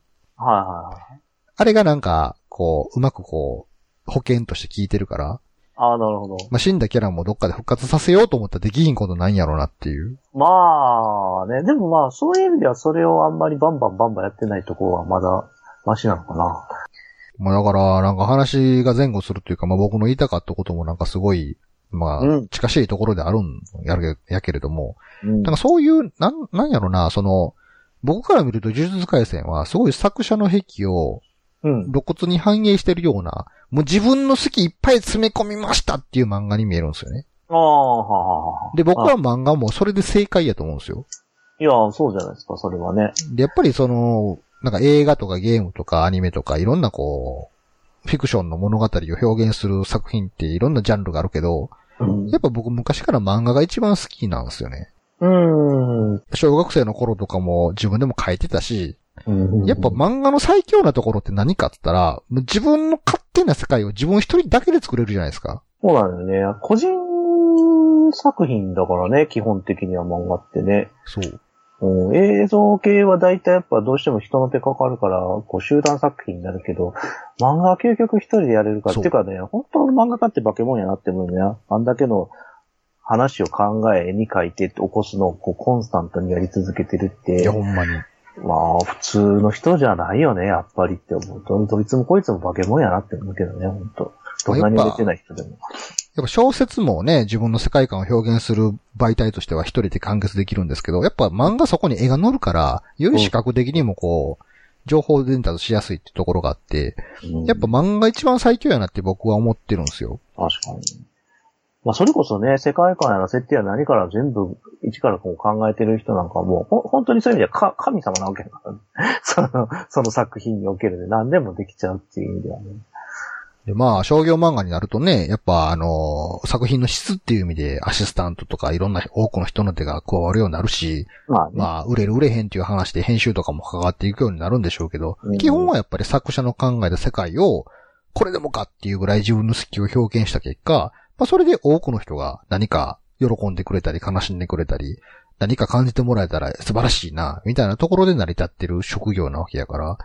Speaker 2: いはい。
Speaker 1: あれがなんか、こう、うまくこう、保険として効いてるから、
Speaker 2: ああ、なるほど。
Speaker 1: まあ、死んだキャラもどっかで復活させようと思ったらできひんことないんやろうなっていう。
Speaker 2: まあね、でもまあ、そういう意味ではそれをあんまりバンバンバンバンやってないとこはまだ、マシなのかな。
Speaker 1: まあ、だから、なんか話が前後するというか、まあ、僕の言いたかったこともなんかすごい、ま
Speaker 2: う
Speaker 1: あ、
Speaker 2: ん
Speaker 1: 近しいところであるんやるけやけれども、
Speaker 2: うん
Speaker 1: なんかそういう、なん、なんやろな、その、僕から見ると呪術回戦はすごい作者の癖を
Speaker 2: うん。
Speaker 1: 露骨に反映してるような、もう自分の好きいっぱい詰め込みましたっていう漫画に見えるんですよね。
Speaker 2: ああ、はあはあ。
Speaker 1: で、僕は漫画もそれで正解やと思うんですよ。
Speaker 2: いや、そうじゃないですか、それはね。
Speaker 1: で、やっぱりその、なんか映画とかゲームとかアニメとかいろんなこう、フィクションの物語を表現する作品っていろんなジャンルがあるけど、
Speaker 2: うん
Speaker 1: やっぱ僕昔から漫画が一番好きなんですよね。
Speaker 2: うん。
Speaker 1: 小学生の頃とかも自分でも書いてたし、
Speaker 2: うん
Speaker 1: やっぱ漫画の最強なところって何かって言ったら、もう自分の勝手な世界を自分一人だけで作れるじゃないですか。
Speaker 2: そうなんだよね。個人作品だからね、基本的には漫画ってね。
Speaker 1: そう。
Speaker 2: うん、映像系は大体やっぱどうしても人の手かかるから、こう集団作品になるけど、漫画は究極一人でやれるから。
Speaker 1: そう
Speaker 2: っていうかね、本当の漫画家って化け物やなって思うね。あんだけの話を考え、絵に描いて起こすのをこうコンスタントにやり続けてるっ
Speaker 1: い
Speaker 2: て
Speaker 1: や、、ほんまに。
Speaker 2: まあ普通の人じゃないよね、やっぱりって思う。どんどいつもこいつも化け物やなって思うけどね、本当どんなに売れてない人でも。
Speaker 1: やっぱ小説もね、自分の世界観を表現する媒体としては一人で完結できるんですけど、やっぱ漫画そこに絵が載るから、より視覚的にもこう、情報伝達しやすいってところがあって、
Speaker 2: うん
Speaker 1: やっぱ漫画一番最強やなって僕は思ってるんですよ。
Speaker 2: 確かに。まあ、それこそね、世界観やら設定や何から全部、一からこう考えてる人なんかはもう、ほ本当にそういう意味ではか神様なわけだからね。 *laughs* その、その作品におけるで何でもできちゃうっていう意味ではね。
Speaker 1: で、まあ、商業漫画になるとね、やっぱあの、作品の質っていう意味でアシスタントとかいろんな多くの人の手が加わるようになるし、
Speaker 2: まあね。
Speaker 1: まあ、売れる売れへんっていう話で編集とかも関わっていくようになるんでしょうけど
Speaker 2: うん、
Speaker 1: 基本はやっぱり作者の考えた世界を、これでもかっていうぐらい自分の好きを表現した結果、まあ、それで多くの人が何か喜んでくれたり悲しんでくれたり、何か感じてもらえたら素晴らしいな、みたいなところで成り立ってる職業なわけやから、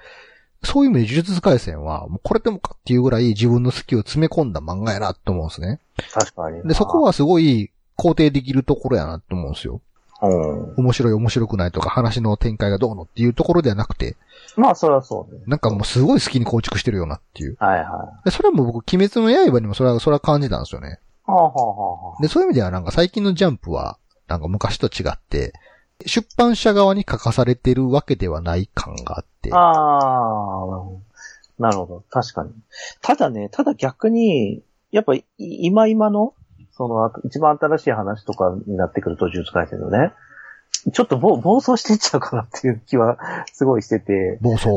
Speaker 1: そういう意味で呪術廻戦は、もうこれでもかっていうぐらい自分の好きを詰め込んだ漫画やなと思うんですね。
Speaker 2: 確かに。
Speaker 1: で、そこはすごい肯定できるところやなと思うんですよ。
Speaker 2: は、うん。
Speaker 1: 面白い面白くないとか話の展開がどうのっていうところではなくて、
Speaker 2: まあ、それはそうね。
Speaker 1: なんかもうすごい好きに構築してるよなっていう。
Speaker 2: はいはい。は
Speaker 1: でそれはもう僕、鬼滅の刃にもそれは、それは感じたんですよね。
Speaker 2: あ、はあはあはあ、
Speaker 1: で、そういう意味ではなんか最近のジャンプは、なんか昔と違って、出版社側に書かされてるわけではない感があって。
Speaker 2: ああ、なるほど。確かに。ただね、ただ逆に、やっぱい今今の、その、あ一番新しい話とかになってくると、呪術改正のね、ちょっと暴暴走していっちゃうかなっていう気はすごいしてて、
Speaker 1: 暴走。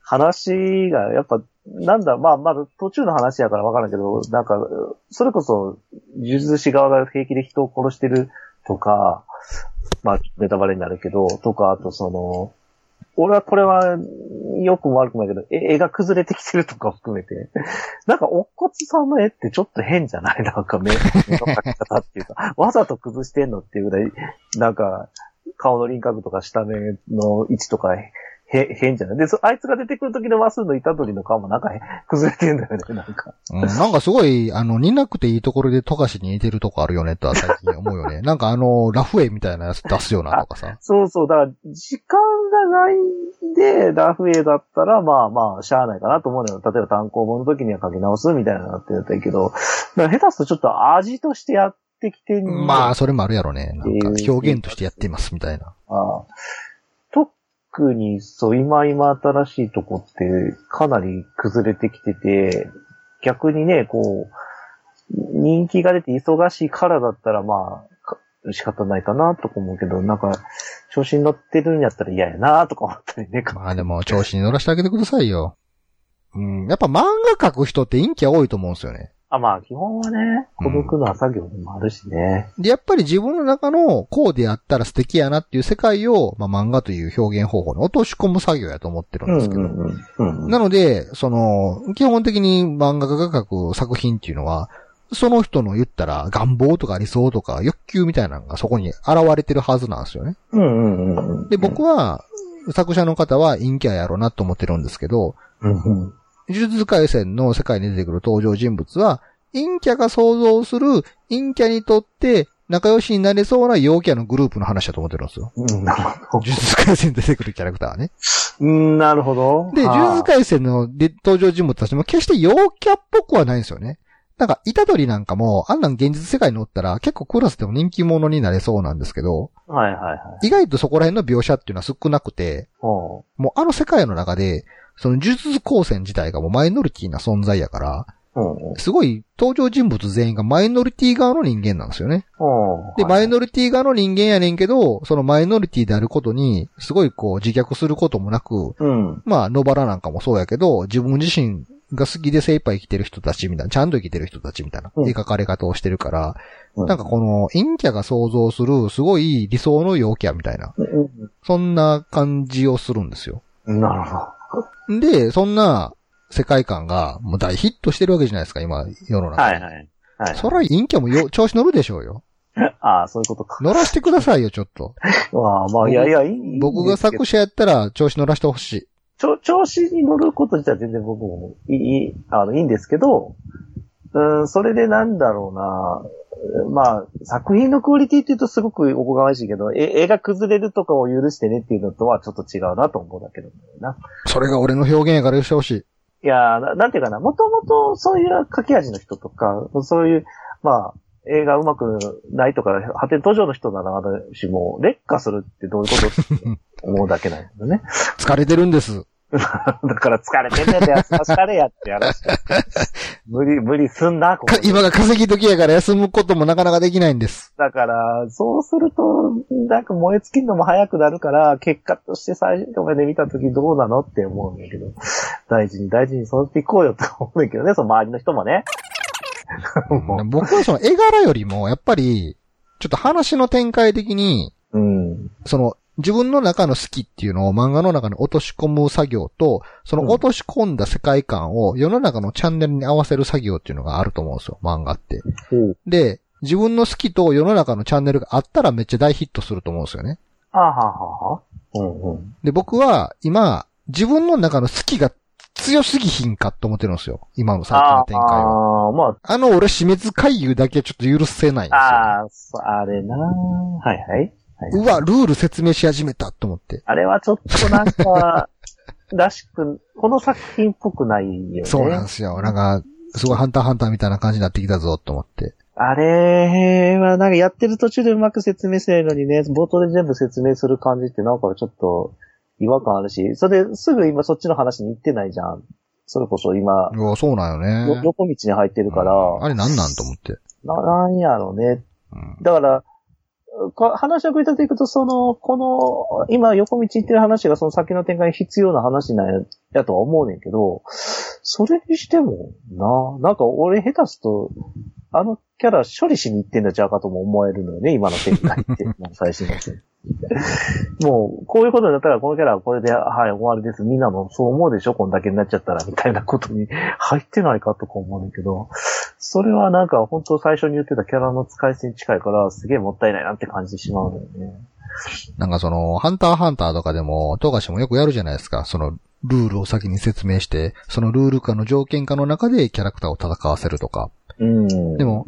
Speaker 2: 話がやっぱ、なんだ、まあまだ途中の話やからわからんけど、なんか、それこそ、呪術師側が平気で人を殺してるとか、まあ、ネタバレになるけど、とか、あとその、俺はこれは、良くも悪くもだけど、え絵が崩れてきてるとかを含めて、なんか、おっこつさんの絵ってちょっと変じゃないなんか目、目の描き方っていうか、わざと崩してんのっていうぐらい、なんか、顔の輪郭とか下目の位置とか、へ、変じゃないで、そあいつが出てくる時のワスの虎取の顔もなんかへ *laughs* 崩れてんだよね、なんか。
Speaker 1: *laughs* うん、なんかすごい、あの、似なくていいところで富樫に似てるとこあるよねとは最近思うよ *laughs* ね。なんかあの、ラフエみたいなやつ出すよなとかさ。
Speaker 2: そうそう、だから、時間がないんで、ラフエだったら、まあまあ、しゃあないかなと思うのよ。例えば単行本の時には書き直すみたいなのってやったらいいけど、だから下手するとちょっと味としてやってきてんの
Speaker 1: まあ、それもあるやろね。なんか表現としてやっていますみたいな。
Speaker 2: ああ特にそう、今今新しいとこってかなり崩れてきてて、逆にね、こう、人気が出て忙しいからだったらまあ、か仕方ないかなとか思うけど、なんか、調子に乗ってるんやったら嫌やなとか思ったりね。
Speaker 1: まあでも、調子に乗らせてあげてくださいよ。うん、やっぱ漫画描く人って陰気は多いと思うんですよね。
Speaker 2: あ、まあ、基本はね、孤独な作業でもあるしね。
Speaker 1: で、やっぱり自分の中のこうでやったら素敵やなっていう世界を、まあ漫画という表現方法に落とし込む作業やと思ってるんですけど。
Speaker 2: うんうんうん。
Speaker 1: なので、その、基本的に漫画家が描く作品っていうのは、その人の言ったら願望とか理想とか欲求みたいなのがそこに現れてるはずなんですよね。
Speaker 2: うんうんうんうん。
Speaker 1: で、僕は、作者の方は陰キャやろうなと思ってるんですけど、
Speaker 2: うんうん、
Speaker 1: 呪術廻戦の世界に出てくる登場人物は、陰キャが想像する陰キャにとって仲良しになれそうな陽キャのグループの話だと思ってるんですよ。
Speaker 2: うん。なるほど
Speaker 1: 呪。術廻戦に出てくるキャラクターはね。
Speaker 2: うん、なるほど。
Speaker 1: で、
Speaker 2: ああ
Speaker 1: 呪術廻戦ので登場人物たちも決して陽キャっぽくはないんですよね。なんか、イタドリなんかも、あんなん現実世界におったら結構クラスでも人気者になれそうなんですけど、
Speaker 2: はいはいはい。
Speaker 1: 意外とそこら辺の描写っていうのは少なくて、
Speaker 2: うん
Speaker 1: もうあの世界の中で、その呪術高専自体がもうマイノリティな存在やから、
Speaker 2: うん
Speaker 1: すごい登場人物全員がマイノリティ側の人間なんですよね。
Speaker 2: うん。
Speaker 1: で、
Speaker 2: はい
Speaker 1: マイノリティ側の人間やねんけど、そのマイノリティであることに、すごいこう自虐することもなく、
Speaker 2: うん。
Speaker 1: まあ、野原なんかもそうやけど、自分自身が好きで精一杯生きてる人たちみたいな、ちゃんと生きてる人たちみたいな、
Speaker 2: うん
Speaker 1: 描かれ方をしてるから、
Speaker 2: うん
Speaker 1: なんかこの、陰キャが想像する、すごい理想の陽キャみたいな、そんな感じをするんですよ。
Speaker 2: なるほど。
Speaker 1: で、そんな世界観が、もう大ヒットしてるわけじゃないですか、今、世の中。
Speaker 2: はいはい。はい。
Speaker 1: そら陰キャもよ調子乗るでしょうよ。
Speaker 2: ああ、そういうことか。
Speaker 1: 乗らしてくださいよ、ちょっと。
Speaker 2: *laughs* ああ、まあ、いやいや、いい。
Speaker 1: 僕が作
Speaker 2: 詞。
Speaker 1: 者やったら調子乗らしてほしい。
Speaker 2: ちょ調子に乗ること自体は全然僕もいいいい、あの、いいんですけど、うん、それでなんだろうな。まあ、作品のクオリティって言うとすごくおこがましいけど、え、絵が崩れるとかを許してねっていうのとはちょっと違うなと思うんだけどな。
Speaker 1: それが俺の表現やから許してほしい。
Speaker 2: いやーな、なんていうかな、もともとそういう駆け味の人とか、そういう、まあ、映画うまくないとか、破天途上の人なら私も、劣化するってどういうことって思うだけなんだよね。 *laughs*
Speaker 1: 疲れてるんです。
Speaker 2: だから疲れてんねんって、休ましたれやって話。無理、無理すんな、ここ
Speaker 1: か今が稼ぎ時やから休むこともなかなかできないん *laughs* です。
Speaker 2: だから、そうすると、なんか燃え尽きるのも早くなるから、結果として最初まで見たときどうなのって思うんだけど、大事に大事に育てていこうよって思うんだけどね、その周りの人もね。も
Speaker 1: 僕はその絵柄よりも、やっぱり、ちょっと話の展開的に、
Speaker 2: ううん。
Speaker 1: その、自分の中の好きっていうのを漫画の中に落とし込む作業と、その落とし込んだ世界観を世の中のチャンネルに合わせる作業っていうのがあると思うんですよ、漫画って。
Speaker 2: ほう。
Speaker 1: で、自分の好きと世の中のチャンネルがあったらめっちゃ大ヒットすると思うんですよね。
Speaker 2: あははは。うんうん。
Speaker 1: で、僕は今、自分の中の好きが強すぎひんかと思ってるんですよ。今の最近の展開は。
Speaker 2: ああー、ま
Speaker 1: あの、俺、死滅回遊だけはちょっと許せないんで
Speaker 2: あ、ああ、そあれなはいはい。
Speaker 1: すよ。うわ、ルール説明し始めたと思って。
Speaker 2: あれはちょっとなんか、らしく、この作品っぽくないよね。
Speaker 1: そうなんですよ。なんか、すごいハンターハンターみたいな感じになってきたぞと思って。
Speaker 2: あれは、なんかやってる途中でうまく説明しないのにね、冒頭で全部説明する感じってなんかちょっと違和感あるし、それですぐ今そっちの話に行ってないじゃん。それこそ今、
Speaker 1: うわ、そうなんよ
Speaker 2: よ
Speaker 1: ね。
Speaker 2: 横道に入ってるから、
Speaker 1: うんあれなんなんと思って。
Speaker 2: ななんやろうね。
Speaker 1: うん
Speaker 2: だから、か話を組み立てていくと、その、この、今横道行ってる話がその先の展開に必要な話なんや、やとは思うねんけど、それにしても、な、なんか俺下手すと、あのキャラ処理しに行ってんだちゃうかとも思えるのよね、今の展
Speaker 1: *laughs*
Speaker 2: 開って、もう最新の展開もう、こういうことになったらこのキャラはこれで、はい、終わりです。みんなもそう思うでしょこんだけになっちゃったら、みたいなことに入ってないかとか思うねんだけど、それはなんか本当最初に言ってたキャラの使い捨てに近いから、すげえもったいないなって感じてしまうんだよね。
Speaker 1: なんかその、ハンターハンターとかでも、富樫もよくやるじゃないですか。その、ルールを先に説明して、そのルール化の条件化の中でキャラクターを戦わせるとか。
Speaker 2: うん。
Speaker 1: で、も、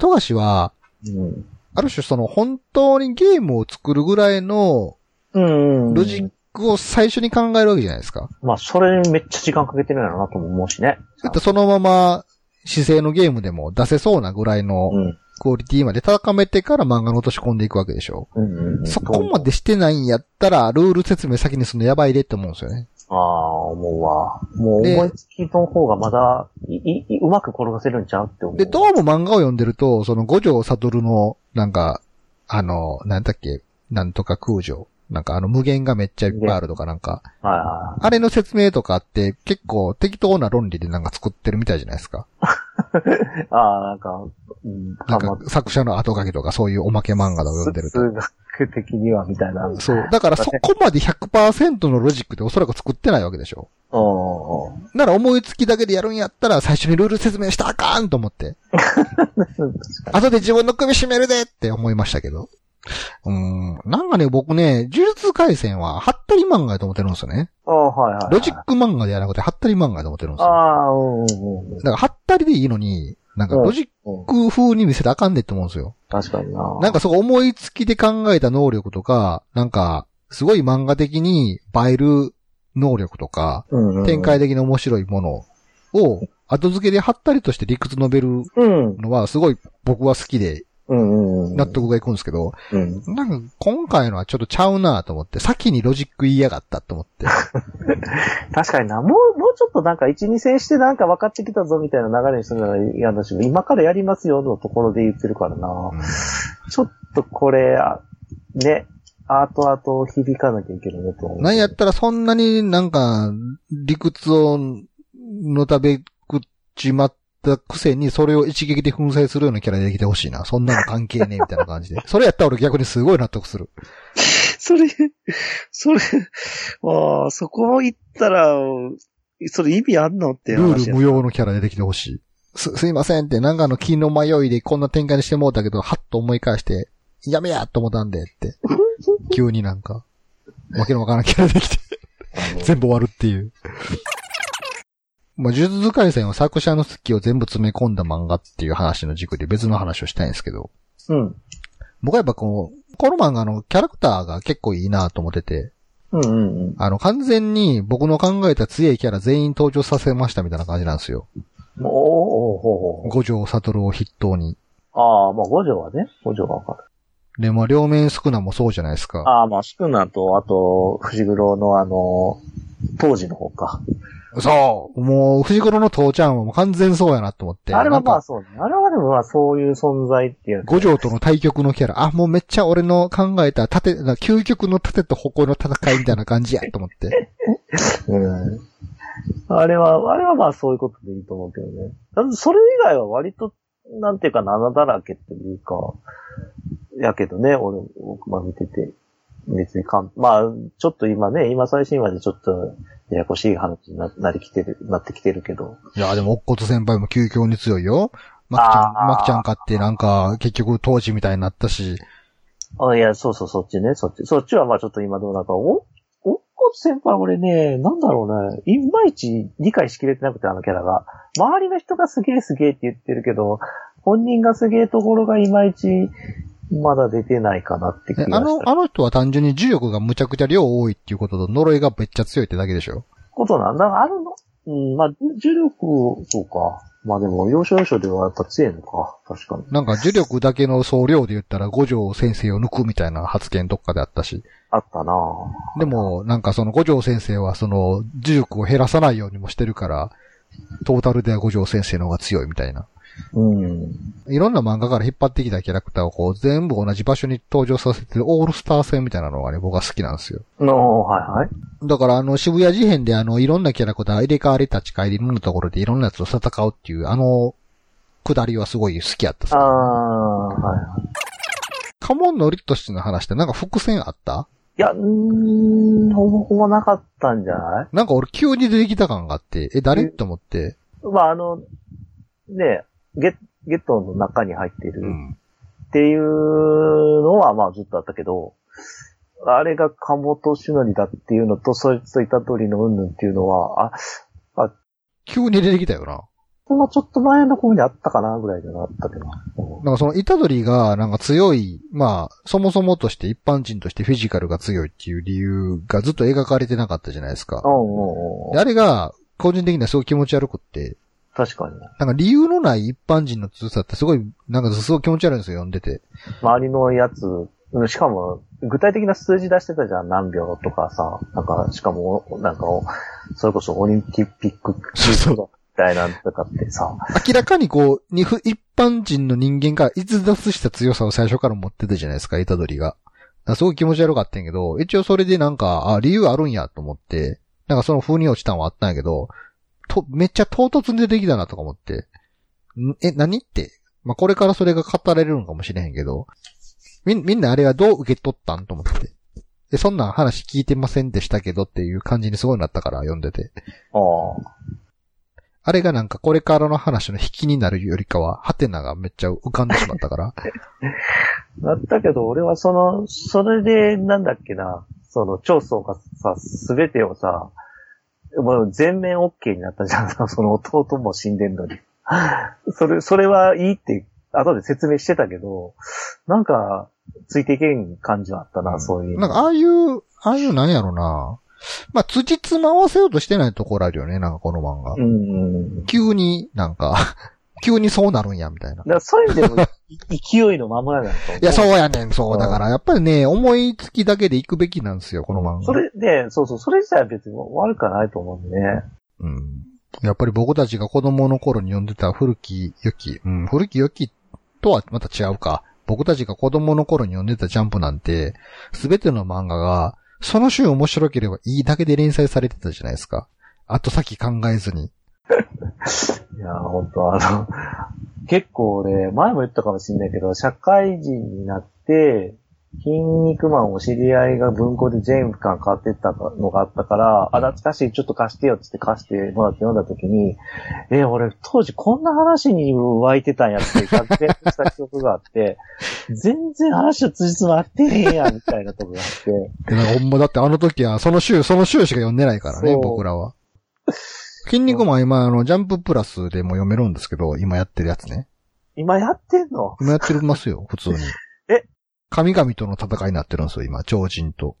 Speaker 1: 富樫は、
Speaker 2: うん。
Speaker 1: ある種その、本当にゲームを作るぐらいの
Speaker 2: うん。
Speaker 1: ロジックを最初に考えるわけじゃないですか。
Speaker 2: まあ、それにめっちゃ時間かけてるんやろうなとも思うしね。
Speaker 1: だってそのまま、姿勢のゲームでも出せそうなぐらいの
Speaker 2: うん。
Speaker 1: クオリティまで高めてから漫画の落とし込んでいくわけでしょ。
Speaker 2: うんうんうん。
Speaker 1: そこまでしてないんやったら、ルール説明先にするのやばいでって思うんですよね。
Speaker 2: ああ、思うわ。もう
Speaker 1: で
Speaker 2: 思いつきの方がまだ、い、い、いうまく転がせるんちゃうって思う。
Speaker 1: で、どうも漫画を読んでると、その五条悟の、なんか、あの、なんだっけ、なんとか空条。なんかあの無限がめっちゃいっぱいあるとかなんか、
Speaker 2: はいは
Speaker 1: あれの説明とかって結構適当な論理でなんか作ってるみたいじゃないですか。
Speaker 2: い。ああ、なんか、うん、
Speaker 1: なん
Speaker 2: ま
Speaker 1: か作者の後書きとかそういうおまけ漫画とか読んでると。
Speaker 2: 数学的にはみたいな。うん。
Speaker 1: そう。だからそこまで100%のロジックでおそらく作ってないわけでしょ。なら思いつきだけでやるんやったら最初にルール説明したらあかんと思
Speaker 2: *laughs*
Speaker 1: って。後で自分の首絞めるでって思いましたけど。うーん。なんかね、僕ね、呪術回戦はハッタリ漫画やと思ってるんですよね。
Speaker 2: ああ、はいはいはい。
Speaker 1: ロジック漫画ではなくてハッタリ漫画やと思ってるんですよ。
Speaker 2: ああ、うんうんうん
Speaker 1: だ。からハッタリでいいのに、なんかロジッ
Speaker 2: うん
Speaker 1: ク風に見せたらあかんでって思うんですよ。
Speaker 2: 確かにな。
Speaker 1: なんかそこ思いつきで考えた能力とか、なんか、すごい漫画的に映える能力とか、
Speaker 2: うんうん
Speaker 1: 展開的に面白いものを、後付けで貼ったりとして理屈述べる
Speaker 2: うん。
Speaker 1: のは、すごい僕は好きで、
Speaker 2: うんうんうん。
Speaker 1: 納得がいくんですけど、
Speaker 2: うん。
Speaker 1: なんか今回のはちょっとちゃうなと思って、先にロジック言いやがったと思って。
Speaker 2: 確かにな。もう、もうちょっとなんか、一、二戦してなんか分かってきたぞみたいな流れにするなら嫌だし、今からやりますよのところで言ってるからな。ちょっとこれ、あね、後々響かなきゃいけないなと思う。
Speaker 1: なんやったらそんなになんか、理屈を、のたべくちまったくせに、それを一撃で粉砕するようなキャラでできてほしいな。そんなの関係ねえみたいな感じで。それやったら俺逆にすごい納得する。
Speaker 2: それ、それ、ああ、そこを言ったら、それ意味あんのって
Speaker 1: ルール無用のキャラでできてほしい。す、すいませんって、なんかあの気の迷いでこんな展開にしてもうたけど、はっと思い返して、やめやと思ったんでって。急になんか、わけのわからんキャラできて。全部終わるっていう。まあ、呪術回戦は作者の好きを全部詰め込んだ漫画っていう話の軸で別の話をしたいんですけど、
Speaker 2: うん。
Speaker 1: 僕はやっぱこう、この漫画のキャラクターが結構いいなと思ってて、
Speaker 2: うんうんうん。
Speaker 1: あの、完全に僕の考えた強いキャラ全員登場させましたみたいな感じなんですよ。
Speaker 2: おーおーほうほうほう。
Speaker 1: 五条悟を筆頭に。
Speaker 2: ああ、まあ五条はね、五条が分かる。
Speaker 1: で、まあ、両面宿儺もそうじゃないですか。
Speaker 2: ああ、まあ、シクナと、あと、藤黒のあの、当時の方か。
Speaker 1: そう。もう、藤黒の父ちゃんはもう完全そうやなと思って。
Speaker 2: あれはま
Speaker 1: なん
Speaker 2: あ
Speaker 1: か
Speaker 2: そうね。あれはでもまあそういう存在っていうか。
Speaker 1: 五条との対局のキャラ。あ、もうめっちゃ俺の考えた盾、究極の盾と矛の戦いみたいな感じやと思
Speaker 2: *laughs*
Speaker 1: って。
Speaker 2: うん。あれは、あれはまあそういうことでいいと思うけどね。だってそれ以外は割と、なんていうか7だらけっていうか、やけどね、俺、僕は見てて。別にかん、まあ、ちょっと今ね、今最新話でちょっと、ややこしい話にななりきてる、なってきてるけど。
Speaker 1: いや、でも、乙骨先輩も究極に強いよ。マキちゃん、
Speaker 2: あー
Speaker 1: マキちゃん買ってなんか、結局当時みたいになったし。
Speaker 2: あ、いや、そうそう、そっちね、そっち。そっちはまあちょっと今でもなんか、お、おっこ先輩俺ね、なんだろうね、いまいち理解しきれてなくて、あのキャラが。周りの人がすげえすげえって言ってるけど、本人がすげえところがいまいち、まだ出てないかなって気が
Speaker 1: え
Speaker 2: した。
Speaker 1: あの、あの人は単純に重力がむちゃくちゃ量多いっていうことと呪いがめっちゃ強いってだけでしょ。
Speaker 2: ことなんだ。あるの、うん、まあ、重力を、そうか。まあでも、要所要所ではやっぱ強いのか。確かに。
Speaker 1: なんか呪力だけの総量で言ったら五条先生を抜くみたいな発言どっかであったし。
Speaker 2: あったなぁ。
Speaker 1: でも、なんかその五条先生はその呪力を減らさないようにもしてるから、トータルでは五条先生の方が強いみたいな。
Speaker 2: うん。
Speaker 1: いろんな漫画から引っ張ってきたキャラクターをこう全部同じ場所に登場させてるオールスター戦みたいなのがね、僕は好きなんですよ。
Speaker 2: の、はいはい。
Speaker 1: だからあの渋谷事変であのいろんなキャラクター入れ替わり立ち替えでいろんなところでいろんなやつと戦うっていうあの下りはすごい好きやった
Speaker 2: あー、
Speaker 1: さ。
Speaker 2: はいはい。
Speaker 1: カモンのリットシの話ってなんか伏線あった
Speaker 2: いや、うーん、ほぼほぼなかったんじゃない
Speaker 1: なんか俺急に出てきた感があって、え、誰
Speaker 2: え
Speaker 1: と思って。
Speaker 2: まあ、あの、ねゲ、ゲットの中に入っている
Speaker 1: ん。
Speaker 2: っていうのは、まあずっとあったけど、あれがカモトシノリだっていうのと、そいつといたりのうんぬんっていうのは、あ、
Speaker 1: 急に出てきたよな。
Speaker 2: ほんまちょっと前の方にあったかなぐらいじゃなかったけど。うん
Speaker 1: なんかその、イタドリが、なんか強い、まあ、そもそもとして一般人としてフィジカルが強いっていう理由がずっと描かれてなかったじゃないですか。
Speaker 2: うんうんう
Speaker 1: で
Speaker 2: ん。
Speaker 1: あれが、個人的にはすごい気持ち悪くって、
Speaker 2: 確かに。
Speaker 1: なんか理由のない一般人の強さってすごい、なんかすごい気持ち悪いんですよ、読んでて。
Speaker 2: 周りのやつ、うんしかも、具体的な数字出してたじゃん、何秒とかさ、なんか、しかも、なんか、それこそオリンピック
Speaker 1: そうそう
Speaker 2: みたいなんとかっ
Speaker 1: *laughs*
Speaker 2: てさ、
Speaker 1: 明らかにこう、にふ一般人の人間が逸脱した強さを最初から持ってたじゃないですか、イタドリが。だからすごい気持ち悪かったんやけど、一応それでなんか、あ、理由あるんやと思って、なんかその風に落ちたんはあったんやけど、と、めっちゃ唐突に出てきたなとか思って。んえ、何って。まあ、これからそれが語られるのかもしれへんけど、みん、みんなあれはどう受け取ったんと思って。で、そんなん話聞いてませんでしたけどっていう感じにすごいなったから、読んでて。
Speaker 2: ああ、
Speaker 1: あれがなんかこれからの話の引きになるよりかは、ハテナがめっちゃ浮かんでしまった
Speaker 2: *laughs*
Speaker 1: から。
Speaker 2: だったけど、俺はその、それで、なんだっけな、その、長宗がさ、すべてをさ、もう全面 OK になったじゃん、 *laughs* その弟も死んでんのに。 *laughs* それ、それはいいって、後で説明してたけど、なんか、ついていけん感じはあったな、そういう。
Speaker 1: なんかああいう、ああいうなんやろな。まあ、辻褄合わせようとしてないところあるよね、なんかこの漫画。
Speaker 2: うんうん。
Speaker 1: 急になんか、 *laughs* 急にそうなるんや、みたいな
Speaker 2: だ。からそういう意味でも、い *laughs* 勢いのままなんだと思う。
Speaker 1: いや、そうやねん、そう。だから、やっぱりね、思いつきだけで行くべきなんですよ、この漫
Speaker 2: そ
Speaker 1: 画。
Speaker 2: れで、そうそう、それ自体は別に悪くはないと思うんでね。
Speaker 1: うん。やっぱり僕たちが子供の頃に読んでた古き良き、うん、古き良きとはまた違うか。僕たちが子供の頃に読んでたジャンプなんて、すべての漫画が、その週面白ければいいだけで連載されてたじゃないですか。あと先考えずに。
Speaker 2: いや、本当あの、 *laughs* 結構俺、前も言ったかもしれないけど、社会人になって、筋肉マンお知り合いが文庫で全巻買ってったのがあったから、あ、懐かしい、ちょっと貸してよっつって貸してもらって読んだ時に、え、俺当時こんな話に湧いてたんやって、逆転した記憶があって、 *laughs* 全然話を通じつまってねえや、みたいなとこがあって、
Speaker 1: でなんかほんまだってあの時は、その週、その週しか読んでないからね、
Speaker 2: そう
Speaker 1: 僕らは。筋肉マン今、あの、ジャンププラスでも読めるんですけど、今やってるやつね。
Speaker 2: 今やってんの
Speaker 1: 今やってますよ、普通に。
Speaker 2: *laughs* え
Speaker 1: 神々との戦いになってるんですよ、今、超人と。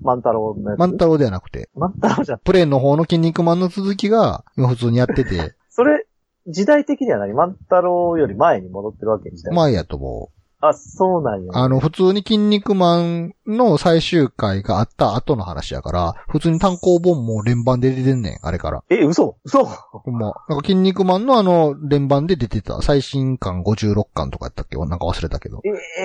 Speaker 2: 万太郎のやつ。
Speaker 1: 万太郎ではなくて、
Speaker 2: 万太郎じゃん。
Speaker 1: プレーンの方の筋肉マンの続きが、今普通にやってて、
Speaker 2: それ、時代的には何万太郎より前に戻ってるわけ時代。
Speaker 1: 前やと思
Speaker 2: あ、そうなんや。
Speaker 1: あの、普通に筋肉マンの最終回があった後の話やから、普通に単行本も連番で出てんねん、あれから。
Speaker 2: え、嘘嘘
Speaker 1: ほんま。なんか筋肉マンのあの、連番で出てた。最新巻56巻とかやったっけなんか忘れたけど。
Speaker 2: ええー、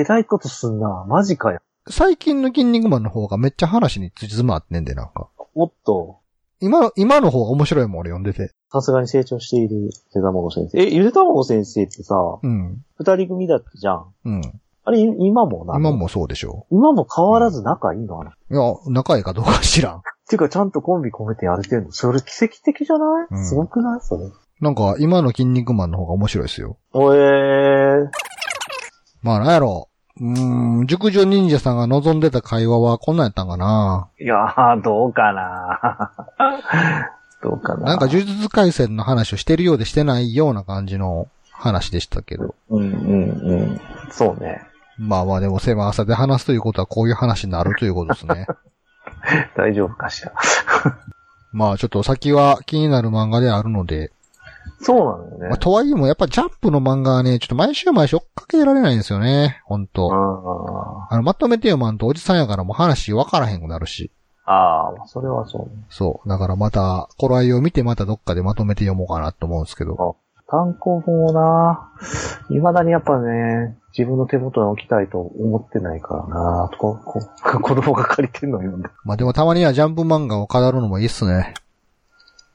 Speaker 2: えらいことすんな。マジかよ。
Speaker 1: 最近の筋肉マンの方がめっちゃ話につじつま合ってんで、なんか。
Speaker 2: おっと、
Speaker 1: 今の、今の方が面白いもん、俺読んでて。
Speaker 2: さすがに成長しているゆでたまご先生。え、ゆでたまご先生ってさ、
Speaker 1: うん。
Speaker 2: 二人組だったじゃん。
Speaker 1: うん。
Speaker 2: あれ、い今もな。
Speaker 1: 今。もそうでしょ
Speaker 2: 今も変わらず仲いいのかな。っ
Speaker 1: う。いや、仲いいかどうか知らん。
Speaker 2: ていうか、ちゃんとコンビ組めてやれてんの。それ奇跡的じゃない、
Speaker 1: うん
Speaker 2: すごくないそれ。
Speaker 1: なんか、今の筋肉マンの方が面白いですよ。
Speaker 2: おえー。
Speaker 1: まあ、なんやろう。うーん、熟女忍者さんが望んでた会話はこんなんやったんかな。
Speaker 2: いやー、どうかなどうかな
Speaker 1: なんか、呪術回戦の話をしてるようでしてないような感じの話でしたけど。
Speaker 2: うんうんうん。そうね。
Speaker 1: まあまあ、でも狭朝で話すということはこういう話になるということですね。 *laughs*
Speaker 2: 大丈夫かしら。
Speaker 1: まあ、ちょっと先は気になる漫画であるので。
Speaker 2: そうなんだよ
Speaker 1: まあ、
Speaker 2: ね。
Speaker 1: とはいえもやっぱジャンプの漫画はね、ちょっと毎週毎週追っかけてられないんですよね。ほんと。
Speaker 2: あ
Speaker 1: あの、まとめて読まんとおじさんやからもう話分からへんくなるし。
Speaker 2: あー、それはそう、ね。
Speaker 1: そう。だからまた、頃合いを見てまたどっかでまとめて読もうかなと思うんですけど。
Speaker 2: 単行本をな、未だにやっぱね、自分の手元に置きたいと思ってないからな、ここ *laughs* 子供が借りてんのを読んで。
Speaker 1: まあでもたまにはジャンプ漫画を語るのもいいっすね。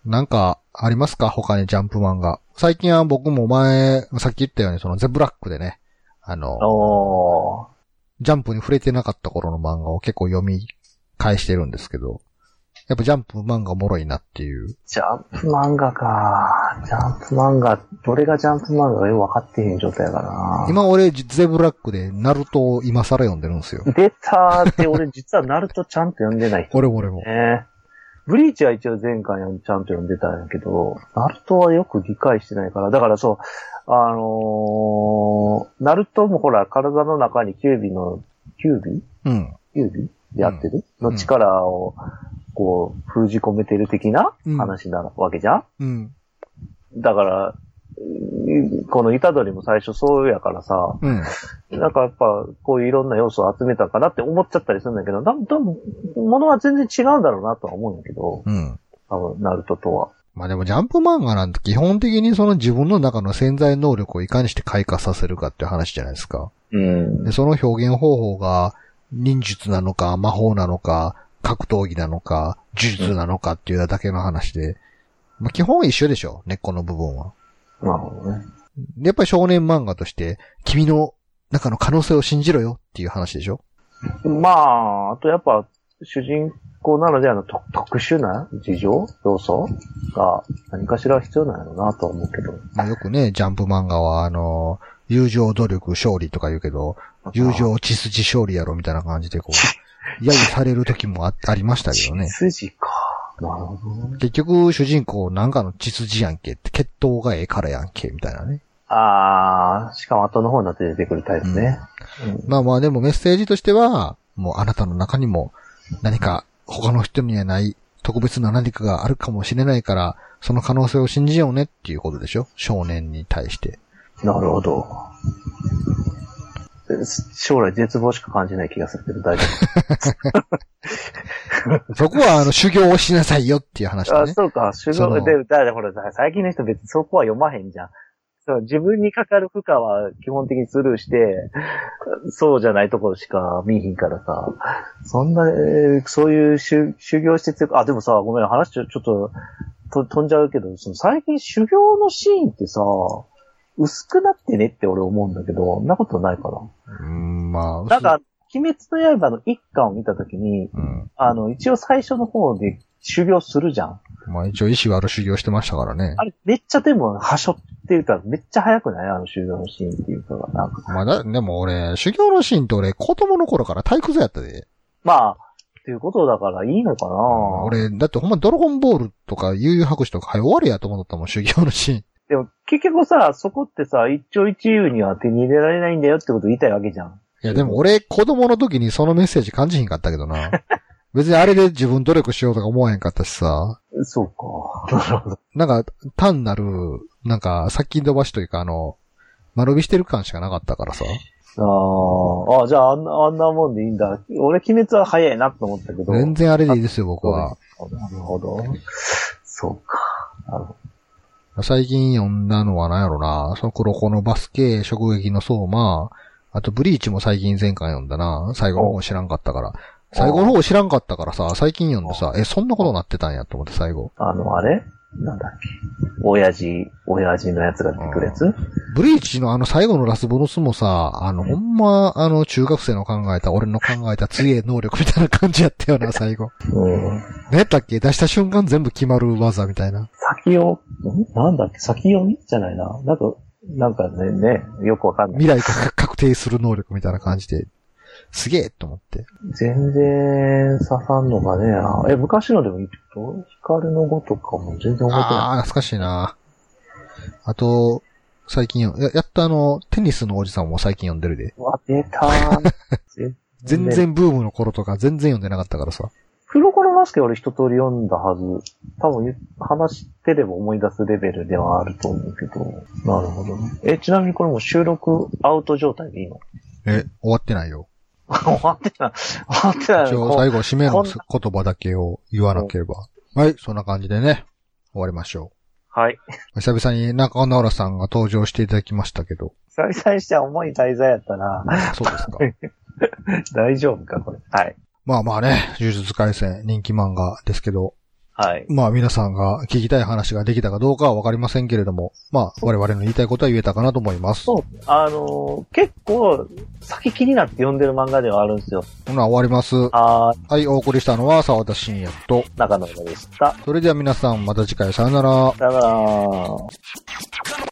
Speaker 1: なんか、ありますか他にジャンプ漫画。最近は僕も前、さっき言ったようにそのゼブラックでね、あの、
Speaker 2: おー。
Speaker 1: ジャンプに触れてなかった頃の漫画を結構読み返してるんですけど、やっぱジャンプ漫画おもろいなっていう。
Speaker 2: ジャンプ漫画か。ジャンプ漫画、どれがジャンプ漫画かよくわかってへん状態やからな。
Speaker 1: 今俺、ゼブラックでナルトを今更読んでるんですよ。
Speaker 2: 出たーって、俺実はナルトちゃんと読んでない人
Speaker 1: 俺も俺も。
Speaker 2: ね。ブリーチは一応前回ちゃんと読んでたんやけど、ナルトはよく理解してないから、だからそう、あのー、ナルトもほら、体の中にキュービの、キュービ
Speaker 1: うん。
Speaker 2: キュービでやってる、
Speaker 1: うん
Speaker 2: の力を、こう、封じ込めてる的な
Speaker 1: うん
Speaker 2: 話なわけじゃん、
Speaker 1: うん。
Speaker 2: だから、うんこのイタドリも最初そうやからさ、
Speaker 1: うん。
Speaker 2: なんかやっぱ、こういういろんな要素を集めたかなって思っちゃったりするんだけど、だ、多分、ものは全然違うんだろうなとは思うんだけど、
Speaker 1: うん。
Speaker 2: 多分、ナルトとは。
Speaker 1: まあでもジャンプ漫画なんて基本的にその自分の中の潜在能力をいかにして開花させるかっていう話じゃないですか。
Speaker 2: うん
Speaker 1: で、。その表現方法が忍術なのか魔法なのか格闘技なのか呪術なのかっていうだけの話で、まあ基本一緒でしょ、根っこの部分は。
Speaker 2: なるほどね。
Speaker 1: でやっぱり少年漫画として君の中の可能性を信じろよっていう話でしょ。
Speaker 2: まあ、あとやっぱ、主人公ならではのと特殊な事情要素が何かしら必要なんやろうなとは思うけど。
Speaker 1: まあよくね、ジャンプ漫画はあの、友情努力勝利とか言うけど、友情血筋勝利やろみたいな感じでこう、
Speaker 2: *laughs*
Speaker 1: 揶揄される時もあありましたけどね。
Speaker 2: 筋か。なるほどね。
Speaker 1: 結局、主人公なんかの血筋やんけって、血統がええからやんけ、みたいなね。
Speaker 2: あー、しかも後の方になって出てくるタイプね。うん
Speaker 1: まあまあでもメッセージとしては、もうあなたの中にも何か他の人にはない特別な何かがあるかもしれないから、その可能性を信じようねっていうことでしょ少年に対して。
Speaker 2: なるほど。え将来絶望しか感じない気がするけど大丈
Speaker 1: そこはあの修行をしなさいよっていう話
Speaker 2: 夫。
Speaker 1: だ
Speaker 2: あ、
Speaker 1: ね。
Speaker 2: そうか。修
Speaker 1: そ
Speaker 2: 行
Speaker 1: の
Speaker 2: で、だからほら、最近の人別にそこは読まへんじゃん。そう自分にかかる負荷は基本的にスルーして、そうじゃないところしか見えひんからさ。そんな、えーそういう修修行して強く、あ、でもさ、ごめん、話ちょちょっとと飛んじゃうけど、その最近修行のシーンってさ、薄くなってねって俺思うんだけど、そんなことないかな。
Speaker 1: うん、まあ、
Speaker 2: なんか、鬼滅の刃の一巻を見たときに、
Speaker 1: うん。
Speaker 2: あの、一応最初の方で修行するじゃん。
Speaker 1: まあ一応意志はある修行してましたからね
Speaker 2: あ。れ、めっちゃでも、はしょっていうか、めっちゃ早くないあの修行のシーンっていうか、なんか。
Speaker 1: まあだ、でも俺、修行のシーンって俺、子供の頃から体育座やったで。
Speaker 2: まあ、っていうことだからいいのかな
Speaker 1: 俺、だってほんまドラゴンボールとか悠々白書とか早終わりやと思ったもん、修行のシーン。
Speaker 2: でも、結局さ、そこってさ、一朝一夕には手に入れられないんだよってことを言いたいわけじゃん。
Speaker 1: いや、でも俺、子供の時にそのメッセージ感じひんかったけどな。別にあれで自分努力しようとか思わへんかったしさ。
Speaker 2: そうか。なるほど。
Speaker 1: なんか、単なる、なんか、先延ばしというか、あの、丸びしてる感しかなかったからさ。
Speaker 2: ああ、あじゃああんな、あんなもんでいいんだ。俺、鬼滅は早いなと思ったけど。
Speaker 1: 全然あれでいいですよ、僕は。
Speaker 2: なるほど。そうか。なるほど
Speaker 1: 最近読んだのは何やろな。その黒子のバスケ、食撃の相馬、あとブリーチも最近前回読んだな。最後の方知らんかったから。最後の方知らんかったからさ、最近読んでさ、え、そんなことなってたんやと思って最後。
Speaker 2: あの、あれなんだっけ。親父、親父のやつが出てくるやつ
Speaker 1: ブリーチのあの最後のラスボノスもさ、あの、ほんま、あの、中学生の考えた、俺の考えた強い能力みたいな感じやったよな、最後。
Speaker 2: うん。
Speaker 1: 何やったっけ出した瞬間全部決まる技みたいな。
Speaker 2: 先を、んなんだっけ先読みじゃないな。なんか、なんかね、ね、よくわかんない。
Speaker 1: 未来が確定する能力みたいな感じで、すげえと思って。
Speaker 2: 全然刺さんのがねえな。え、昔のでもいいってこと光の語とかも全然覚えてない。
Speaker 1: ああ、懐かしいな。あと、最近よや、やっとあの、テニスのおじさんも最近読んでるで。
Speaker 2: うわ、出たー
Speaker 1: *laughs* 全。然ブームの頃とか全然読んでなかったからさ。
Speaker 2: 黒子のバスケ俺一通り読んだはず。多分言話してれば思い出すレベルではあると思うけど。なるほどね。え、ちなみにこれもう収録アウト状態でいいの *laughs*
Speaker 1: え、終わってないよ。
Speaker 2: 終わってない。終わってない
Speaker 1: 一
Speaker 2: の
Speaker 1: 応
Speaker 2: こう
Speaker 1: 最後締めの
Speaker 2: こん
Speaker 1: す言葉だけを言わなければ。はい、そんな感じでね、終わりましょ
Speaker 2: はい。
Speaker 1: う。久々に中野浦さんが登場していただきました *laughs* けど。
Speaker 2: 久々にしては重い滞在やったな。
Speaker 1: そうですか。
Speaker 2: 大丈夫か、これ。はい。
Speaker 1: まあまあね、呪術回戦人気漫画ですけど、
Speaker 2: はい。
Speaker 1: まあ皆さんが聞きたい話ができたかどうかはわかりませんけれども、まあ我々の言いたいことは言えたかなと思います。
Speaker 2: そう。あのー結構、先気になって読んでる漫画ではあるんですよ。
Speaker 1: ほな、終わります。は
Speaker 2: あー、
Speaker 1: い、お送りしたのは沢田信也と。
Speaker 2: 中野でした。
Speaker 1: それでは皆さん、また次回さよなら。
Speaker 2: さよなら。